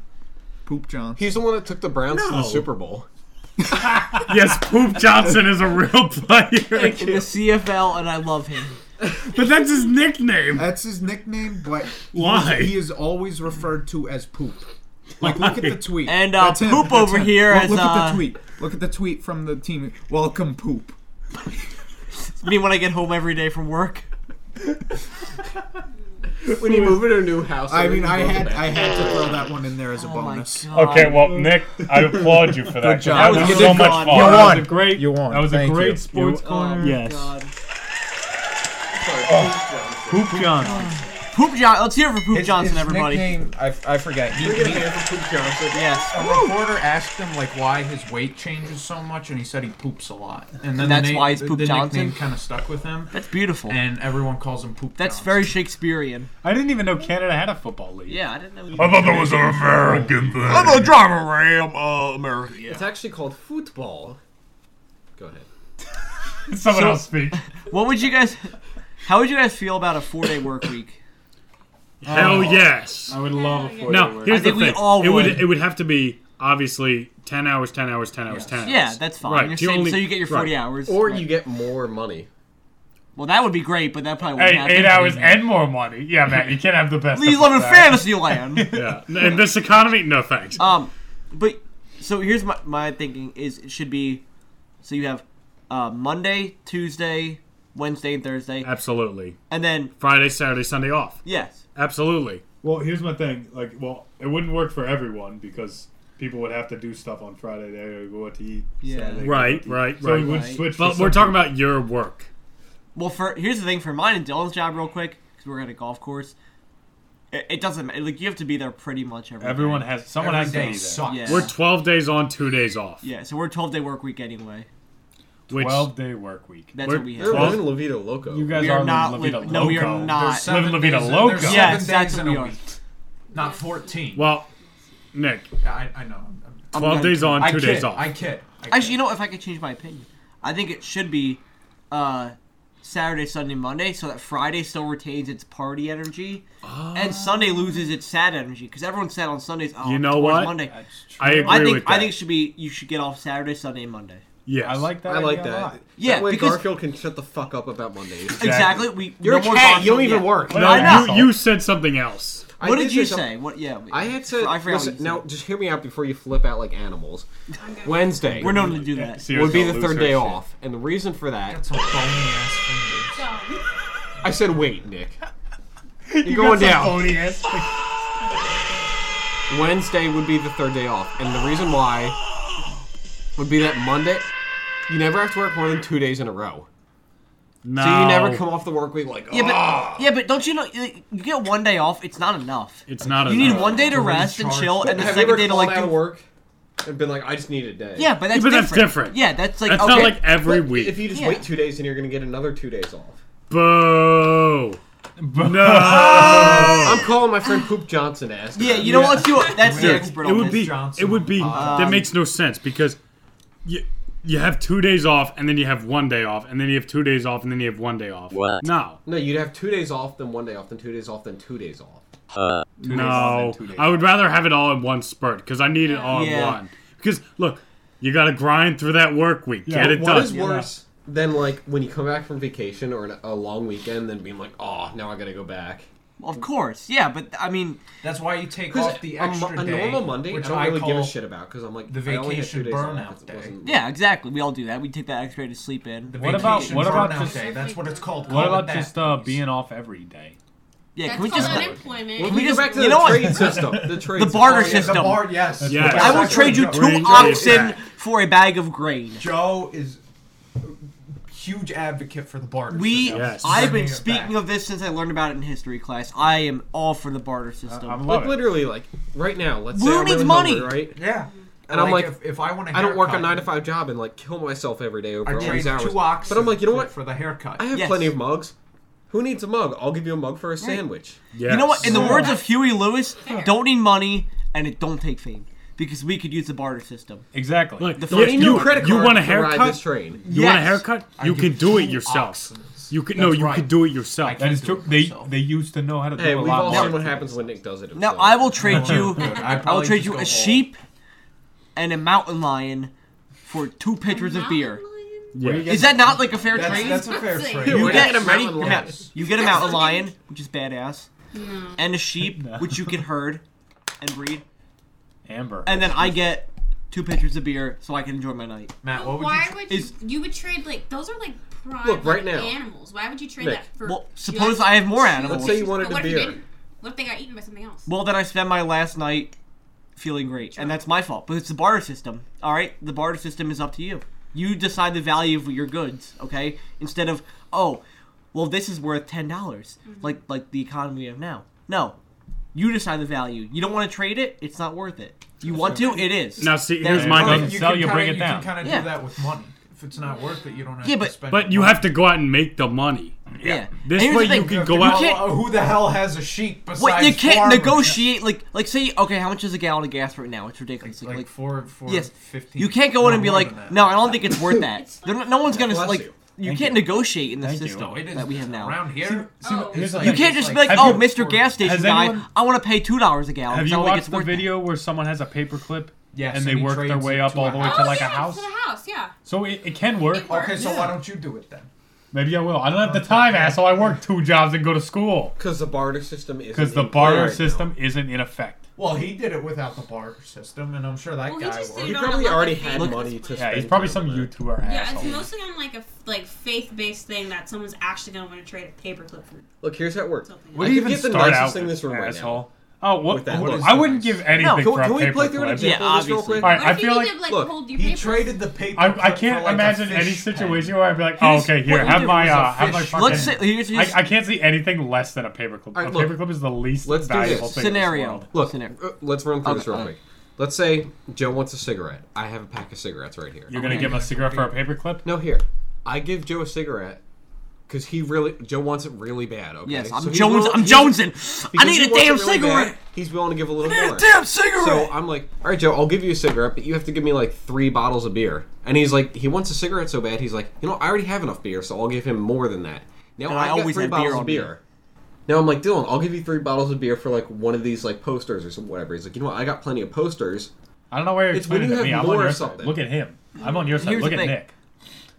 Poop Johnson.
He's the one that took the Browns to
No.
the Super Bowl.
<laughs>
yes, Poop Johnson is a real player.
In the CFL, and I love him.
But that's his nickname.
That's his nickname, but he
Why?
is- He is always referred to as Poop. Like, look at the tweet.
And, uh,
That's him.
Poop
That's
over
him.
here
look,
is,
look at
uh,
the tweet. Look at the tweet from the team. Welcome, Poop.
It's me when I get home every day from work.
When you move into a new house,
I
and
mean,
you
I
build a
had
back-
I had to throw that one in there as a
Oh
bonus.
Okay, well, Nick, I applaud you for that.
Good
'cause That
job. You
was
did
so much
good.
fun.
You
That was
won.
a great.
You won.
That was a
Thank
great
you.
sports
You- oh,
corner.
Yes.
God.
Poop Johnson.
Poop Johnson. Let's hear it for Poop
His-
Johnson,
his
everybody.
nickname- I, f- I forget. He,
We're gonna
he-
hear from Poop Johnson. Yes.
A reporter asked him like why his weight changes so much, and he said he poops a lot. And then
And that's
the name,
why he's
the-
Poop
the
Johnson?
kind of stuck with him.
That's beautiful.
And everyone calls him Poop.
That's
Johnson.
very Shakespearean.
<laughs> I didn't even know Canada had a football league.
Yeah, I didn't know.
I thought that was an American thing.
I'm
gonna drive a Ram, uh, American.
It's actually called football. Go ahead.
Someone
So-
else speak.
What would you guys? How would you guys feel about a four-day work week? Oh.
Hell yes.
I would love a four.
Now, here's
I think
the thing.
we all
It would
would.
it would have to be obviously 10 hours, 10 hours, 10 hours, 10 hours.
Yeah, that's fine. You're saying- so you get your 40 hours.
Or
Right.
you get more money.
Well, that would be great, but that probably wouldn't
Hey,
happen.
eight
<laughs>
hours and more money. Yeah, Matt, you can't have the best.
We
of <laughs>
live in
both worlds. <laughs>
fantasy land.
Yeah. In this economy, no thanks.
Um, but so here's my my thinking is it should be, so you have, uh, Monday, Tuesday, Wednesday, and Thursday,
Absolutely.
and then
Friday, Saturday, Sunday off.
yes,
Absolutely.
Well, here's my thing. Like, well, it wouldn't work for everyone because people would have to do stuff on Friday. They would go out to eat.
Yeah.
Saturday, go out
Right,
to eat.
right,
So
right.
we would switch. for
but we're
something.
talking about your work.
Well, for here's the thing for mine and Dylan's job, real quick, because we're at a golf course. It, it doesn't ma- like you have to be there pretty much every.
Everyone
day.
has- someone Every has to day be there. sucks.
Yeah.
We're 12 days on, 2 days off.
yeah, so we're twelve day work week anyway.
Which,
twelve day work week.
That's what we have.
They're living La Vida Loco.
You guys
We
are,
are not
living La Vida
li- no, we are
Loco.
not. There's seven
living La Vida
days in-
Loco.
there's seven Yes, days that's
Days
what
in
we
a
are.
week, not fourteen.
Well, Nick,
I, I know. I'm- I'm
12
done.
days on,
I
2
kid,
days off.
I kid. I
Actually, you know, if I could change my opinion, I think it should be uh, Saturday, Sunday, Monday, so that Friday still retains its party energy, and Sunday loses its sad energy because everyone's sad on Sundays. Oh,
You know
tomorrow's
what?
Monday.
I agree
I think
with
I
that.
think it should be you should get off Saturday, Sunday, and Monday.
Yes.
I like that.
I like
idea a lot.
that.
Yeah,
that way
because-
Garfield can shut the fuck up about Mondays.
<laughs> Exactly. We
You're
no
a
more
cat.
boss-
You don't even
yeah.
work.
No, I know.
You, you said something else.
I
What did you
something-
say? What- yeah,
I had said.
I forgot what
listen,
you said.
now, just hear me out before you flip out like animals. Wednesday.
We're known to do that.
Serious
would be the
don't lose
third
her
day
shit.
off, and the reason for that.
That's a phony ass fingers.
I said, wait, Nick. You're
You got
going
some
down.
phony ass thing.
<laughs> Wednesday would be the third day off, and the reason why would be that Monday. You never have to work more than two days in a row.
No.
So you never come off the work week like,
Yeah,
"Ah."
but yeah, but don't you know? You you get one day off. It's not enough.
It's not
You
enough.
need one day to rest and chill, and the
Have you
second
ever
day to
called
like
out
do
of work and been like, I just need a day.
Yeah, but that's
but
different.
that's different.
Yeah, that's like
That's
okay.
not like every
But
week.
If you just
Yeah.
wait two days and you're gonna get another two days off.
Boo.
<laughs>
No.
I'm calling my friend Poop Johnson to
<sighs>
ask.
Yeah,
about
you
it.
know
<laughs>
what? Let's do it. That's the
Dude,
expert
it
on
would
this.
be. It would be.
Um,
that makes no sense because you, you have two days off, and then you have one day off, and then you have two days off, and then you have one day off. No.
No, you'd have two days off, then one day off, then two days off, then two days off.
Huh.
Two days
no.
off, then two days
I would rather have it all in one spurt because I need it all in
Yeah.
one. Because look, you got to grind through that work week. Get it
what
done.
is worse than like when you come back from vacation or an, a long weekend, then being like, oh, now I gotta go back.
Of course, yeah, but I mean,
that's why you take
'Cause a mo- a normal Monday, I don't really give a shit about because I'm like
the
I only had two
vacation
days off,
burnout
it
day.
wasn't-
Yeah, exactly. We all do that. We take that extra day to sleep in.
The
What about- vacation what about burnout just- day, that's
what it's called.
What about just uh, being off every day?
Yeah,
That's
can we
called
just
unemployment.
Can
Well,
we
we go
just
back to
you
the
know what?
trade system.
<laughs>
The trade system.
barter
Oh, yeah, the
system.
bar- yes. That's Yes. the
I will
best.
trade you two
Bring it
oxen
back.
for a bag of grain.
Joe is a huge advocate for the barter.
We,
system.
I've
Bringing
been
it
speaking of this since I learned about it in history class. I am all for the barter system.
like literally, like right now. Let's
Lou
say I'm
needs
really
money.
hungry, right?
Yeah.
And I'm
Like,
like,
if- if I want a
I don't work a
haircut-
nine to five job and like kill myself every day over
I
all
trade
these hours.
two oxen
but I'm like, you know
for-
what?
for the haircut.
I have
Yes.
plenty of mugs. Who needs a mug? I'll give you a mug for a
Right.
sandwich.
You know what? In the words of Huey Lewis, don't need money and it don't take fame because we could use the barter system.
Exactly.
Look,
the
you,
first
you,
credit
you
card
want a
to ride
haircut?
this train.
You want a
Yes.
haircut?
I
You
give
can do
two
it yourself.
oxen.
You can
That's
no, you
right.
can do it yourself.
That is true. They they used to know how to do
Hey,
a
we've
lot
all
more.
seen what happens when Nick does it.
Now
himself.
I will trade you.
Dude, I'd
I will
probably
trade
just
you
go
a
all-
sheep and a mountain lion for two pitchers of beer.
Yeah.
Is that not like a fair
That's-
trade?
that's a fair trade.
You
We're
get
not
a ready?
mountain
come
lion.
out. You get a mountain lion, which is badass, and a
<laughs>
sheep, which you can herd and breed.
Amber.
And then I get two pitchers of beer, so I can enjoy my night.
Matt,
Why would you,
Is-
you would trade like those are like prime
Look, right
like,
now.
animals? Why would you trade
Nick.
that for?
Well,
you
suppose I have more
sheep?
animals.
Let's say you wanted
But
a
what if you
beer.
didn't? What if they got eaten by something else?
Well, then I spend my last night feeling great, and that's my fault. But it's the barter system. All right, the barter system is up to you. You decide the value of your goods, okay? Instead of oh, well, this is worth ten dollars,
Mhm.
like like the economy we have now. No, you decide the value. You don't want to trade it; it's not worth it. You want to, it is.
Now, see,
That's
here's my
barter.
thing.
You
Sell
can
you,
kinda-
bring it
You
down.
can kind of
Yeah.
do that with money. If it's not worth it, you don't have
Yeah,
to
but-
spend.
But you have to go out and make the money.
Yeah. And
This
here's
way
the
you
thing,
can go
you
out.
can't-
Oh, who the hell has a sheep besides
Wait, you can't
farmers?
negotiate like like say okay, how much is a gallon of gas right now? It's ridiculous. Like, like
four, four,
yes,
15.
You can't go in
No,
and be
more than
like,
that.
no, I don't think it's worth that. They're not- no one's gonna
Bless
like.
you.
You
Thank
can't negotiate in the
Thank you.
system
It is
that we have now.
around here. See,
here's the
you
thing,
can't
it's
just
like-
be like,
Have
oh,
you-
Mr. Gas Station
has
guy,
anyone-
I want to pay two dollars a gallon.
Have
because I
you
don't think
watched
it's
the
worth
video where someone has a paperclip
Yes,
and
and
they
he
work their
trades
way
it
up
to
all
a
the way
house.
to
Oh,
like
yeah,
a house?
To the house, yeah.
So it, it can work.
Okay, so why don't you do it then?
Maybe I will. I don't have the time, asshole. I work two jobs and go to school.
Because the barter system isn't.
Because the
in play
barter
right now.
system isn't in effect.
Well, he did it without the barter system, and I'm sure that
Well, he
guy
just
would.
did it He on a probably already monthly had basis.
money to
Yeah, he's
spend
probably
time
some
on that.
YouTuber
yeah, it's
asshole.
mostly on like a f- like faith based thing that someone's actually gonna want to trade a paperclip for.
Look, here's how it works.
What
I
do you
could
even
get the
start
nicest
out
thing in this
with,
room right
asshole?
now.
Oh, what-
With that
what-
look.
I wouldn't give anything
No, can,
for a
can we play
paperclip.
through an
Yeah,
example of this real
obviously.
quick?
All right, What I if feel you like- did,
like, Look, hold your
he
papers?
traded the paper.
I, I can't
for, like, a
imagine any
fish pen.
situation where I'd be like, oh,
Here's-
okay, here,
what he
have
did
my,
was a
uh, have my
fish
fucking.
Let's say- here's- here's-
I, I can't see anything less than a paperclip.
All right,
a
look.
paperclip is the least
Let's do
valuable
this.
thing. In this world.
Look, uh, let's run through
Okay.
this real quick. Let's say Joe wants a cigarette. I have a pack of cigarettes right here.
You're gonna Okay. give him a cigarette for a paperclip?
No, here. I give Joe a cigarette because he really Joe wants it really bad. Okay.
Yes, I'm
he's
Jones- I'm
he's-
Jonesing. I
because
need
he
a
wants it
damn
really
cigarette.
bad, he's willing to give a little
need a
more.
damn cigarette.
So I'm like, all right, Joe, I'll give you a cigarette, but you have to give me like three bottles of beer. And he's like, he wants a cigarette so bad. He's like, you know, I already have enough beer, so I'll give him more than that. Now
And I
I've got
always
three
had
bottles
beer
of
on
beer.
me.
Now I'm like, Dylan, I'll give you three bottles of beer for like one of these like posters or some whatever. He's like, you know what? I got plenty of posters.
I don't know where you're
It's when
explaining it
you
to
have
me. I'm
more
on your
or
side.
something.
Look at him. I'm on your side.
Here's
Look
the
at
thing.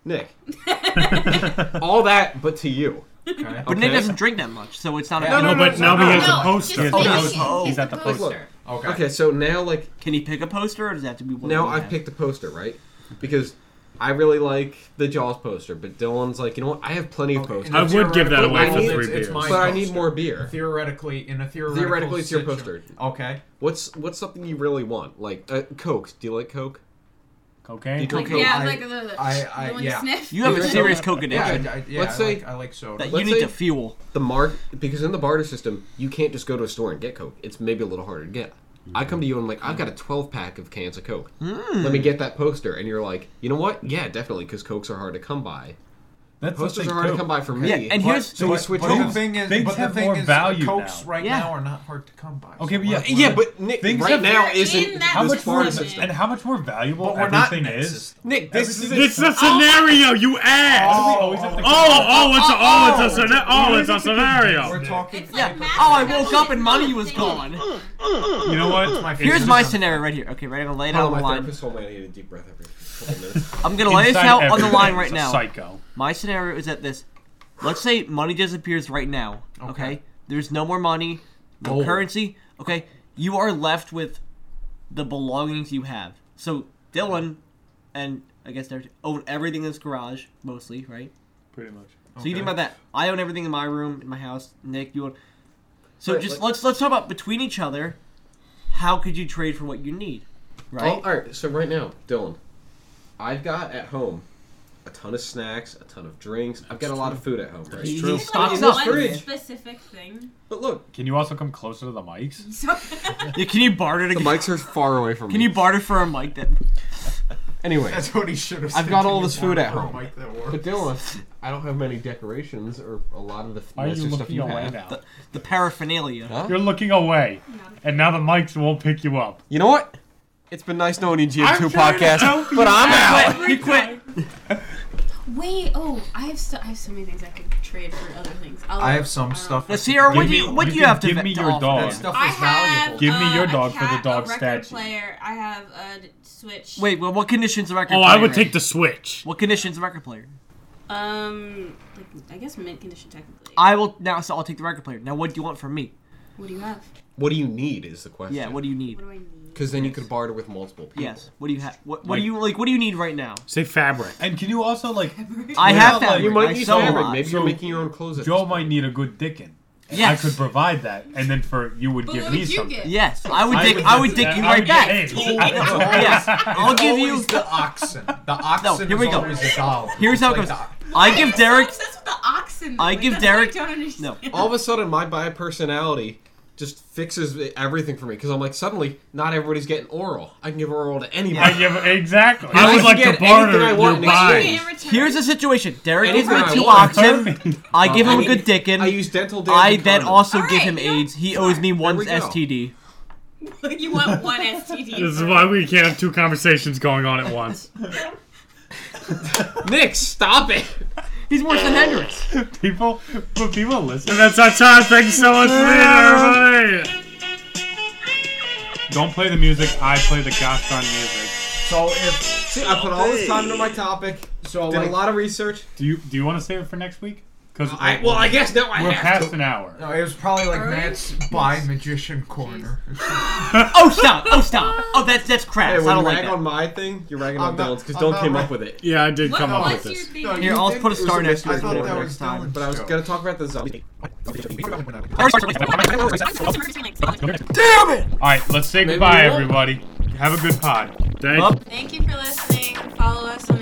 Nick.
Nick. All that, but to you.
it. But Nick doesn't drink that much, so it's not.
No,
a
no, no, no, no, no, no. He has the
Oh,
poster.
he's- oh.
He's at the Look, poster. okay. Okay, so now like,
can he pick a poster, or does it have to be one?
Now
we
I've
have?
picked the poster, right? Because I really like the Jaws poster, but Dylan's like, you know what? I have plenty of posters.
I would give that away
But
for
I need-
three
it's-
beers.
it's my But I need more beer. Theoretically, in a
theoretical
theoretically, it's your
situ-
poster.
Okay.
What's what's something you really want? Like uh, Coke. Do you like Coke?
Cocaine.
Do you drink
Like,
Coke?
yeah, I- like the- the- I- I- the one you yeah. sniff? You have a
drink
serious
Coke?
Coke addiction.
Okay,
Yeah, I-
let's
I
say
like- I like soda. That you
let's
need
say
to
fuel
the mark because in the barter system, you can't just go to a store and get Coke. It's maybe a little harder to get. I come to you and I'm like, I've got a 12 pack of cans of Coke.
Mm.
Hmm. Let me get that poster, and you're like, you know what? Yeah, definitely, because Cokes are hard to come by.
That's the
Posters
thing,
are hard to
too.
come by for me.
Yeah, and here's-
so we
but-
switch.
but the
over.
thing is- Things but the have thing more is, value
Cokes
now.
right
Yeah.
now are not hard to come by.
Okay, but
so
yeah,
why-
yeah, but Nick,
Things
right
have-
now isn't
how
as
much
far
more
as it's-
and how much more valuable
But we're not
everything is.
Nick, this is
It's a scenario, you
Why
ass!
do we
Oh,
always have to-
oh, it's a, oh, it's a, scena- oh,
Why
it's
do we
a
have to condense?
scenario.
We're talking.
Yeah. Oh, I woke up and money was gone.
You know what? My
Here's
favorite.
my scenario right here. Okay, right on the lay it out on
my
the line.
therapist told me I needed a deep breath every couple minutes.
I'm gonna lay this
Inside
out on the
everything
line
is
right
a
now.
psycho.
My scenario is that this. Let's say money disappears right now. Okay. There's no more money, no
Gold.
currency. Okay. You are left with the belongings you have. So Dylan, and I guess they're- own everything in this garage mostly, right?
Pretty much.
So you think
Okay.
about that? I own everything in my room, in my house. Nick, you own. So
Right,
just
like-
let's let's talk about between each other. How could you trade for what you need? Right.
Oh, all <laughs> right. So right now, Dylan, I've got at home a ton of snacks, a ton of drinks. I've got a lot of food at home. Right?
He-
He
In
like
this
one
fridge.
specific thing.
But look,
Can you also come closer to the mics?
Yeah, can you barter to
The mics are far away from
Can
me.
you barter for a mic that?
Anyway,
That's what he should have
I've
said
got
to
all
you,
this food
Warren,
at
for a
Oh
home.
mic that works.
But Dylan, I don't have many decorations or a lot of the
Why are you
nicer stuff
looking
you
away
have.
now? The, paraphernalia.
You're looking away, and now the mics won't pick you up.
You know what? It's been nice knowing you,
I'm trying
GM2
to
podcast,
help
but
you
I'm
out.
out.
You quit.
Wait, oh, I have so I have so many things I could trade for other things. I'll,
I have some stuff.
Let's hear what
Give
do
me-
you what
you
do you
can
have to
give
vet-
me
to
your
offer?
dog.
That stuff
I
is
have,
valuable.
Give me
uh,
your
a
dog for the
cat,
dog
a record
statue.
player. I have a d- switch.
Wait, well, what conditions the record?
Oh,
player
I would
in?
take the Switch.
What conditions the record player?
Um, like, I guess mint condition technically.
I will now. So I'll take the record player. Now, what do you want from me?
What do you have?
What do you need is the question.
Yeah, what do you need?
Because then you could barter with multiple people.
Yes. What do you have? What, what
Like-
do you like? What do you need right now?
Say fabric.
And can you also like?
I have
Well,
fabric.
like-
You might I need sell a fabric. lot.
Maybe you're making your own clothes at
Joe might need a good dickin. And
Yes.
I could provide that, and then for you would
But
give
what
me
would you
something.
get? Yes, I would dick- I would dick you right
would
back.
get paid.
Totally. <laughs> Yes, I'll
It's
give you-
always the oxen. The
<laughs> No,
oxen
here we
is
go.
always a dollar.
Here's
It's
how it
like
goes.
the-
I
Why are you
give
so
Derek.
obsessed with the oxen.
I
Like,
give
that's what
Derek-
I don't understand.
No.
All
<laughs>
of a sudden, my bi personality just fixes everything for me because I'm like, suddenly, not everybody's getting oral. I can give oral to anybody.
I give exactly.
I
I
can
would like
get
to
anything
barter
I want
your
in exchange.
mind.
Here's the situation. Derek gives me
Anything I
two
want.
oxen. I give him a
I
good dickin. I
use dental dams
I
and
then
condoms.
also give him AIDS. He owes me one
we go.
STD.
<laughs> you want one STD.
This is why we can't have two conversations going on at once.
<laughs> Nick, stop it!
He's worse than Hendrix.
People, but people listen.
And that's our time. Thank you so much for being here, everybody.
Don't play the music. I play the Gastron music.
So if. See, I put all this time into my topic.
So
did a lot of research.
Do you do you want to save it for next week? Because
I- well, I guess now I
we're
have
past
to.
an hour.
No, it was probably like
Alright.
Matt's by magician corner.
oh stop! Oh stop! Oh that's that's crap.
Hey,
I
when
don't
you
like
rag
that.
on my thing, you're ragging
I'm
on
not-
Dylan's because
I'm
Dylan
not
came
ra-
up with it.
Yeah, I did
What-
come
what's
up with
your
this.
thing? No, Here, you I'll did- put a
It was
star next
mystery
to it
for
for
whatever
next
it's done,
time.
But I was gonna talk about the zombie.
Damn it! All right, let's say
Maybe
goodbye,
we won't.
everybody. Have a good pod.
Thank
Thank you for listening. Follow us on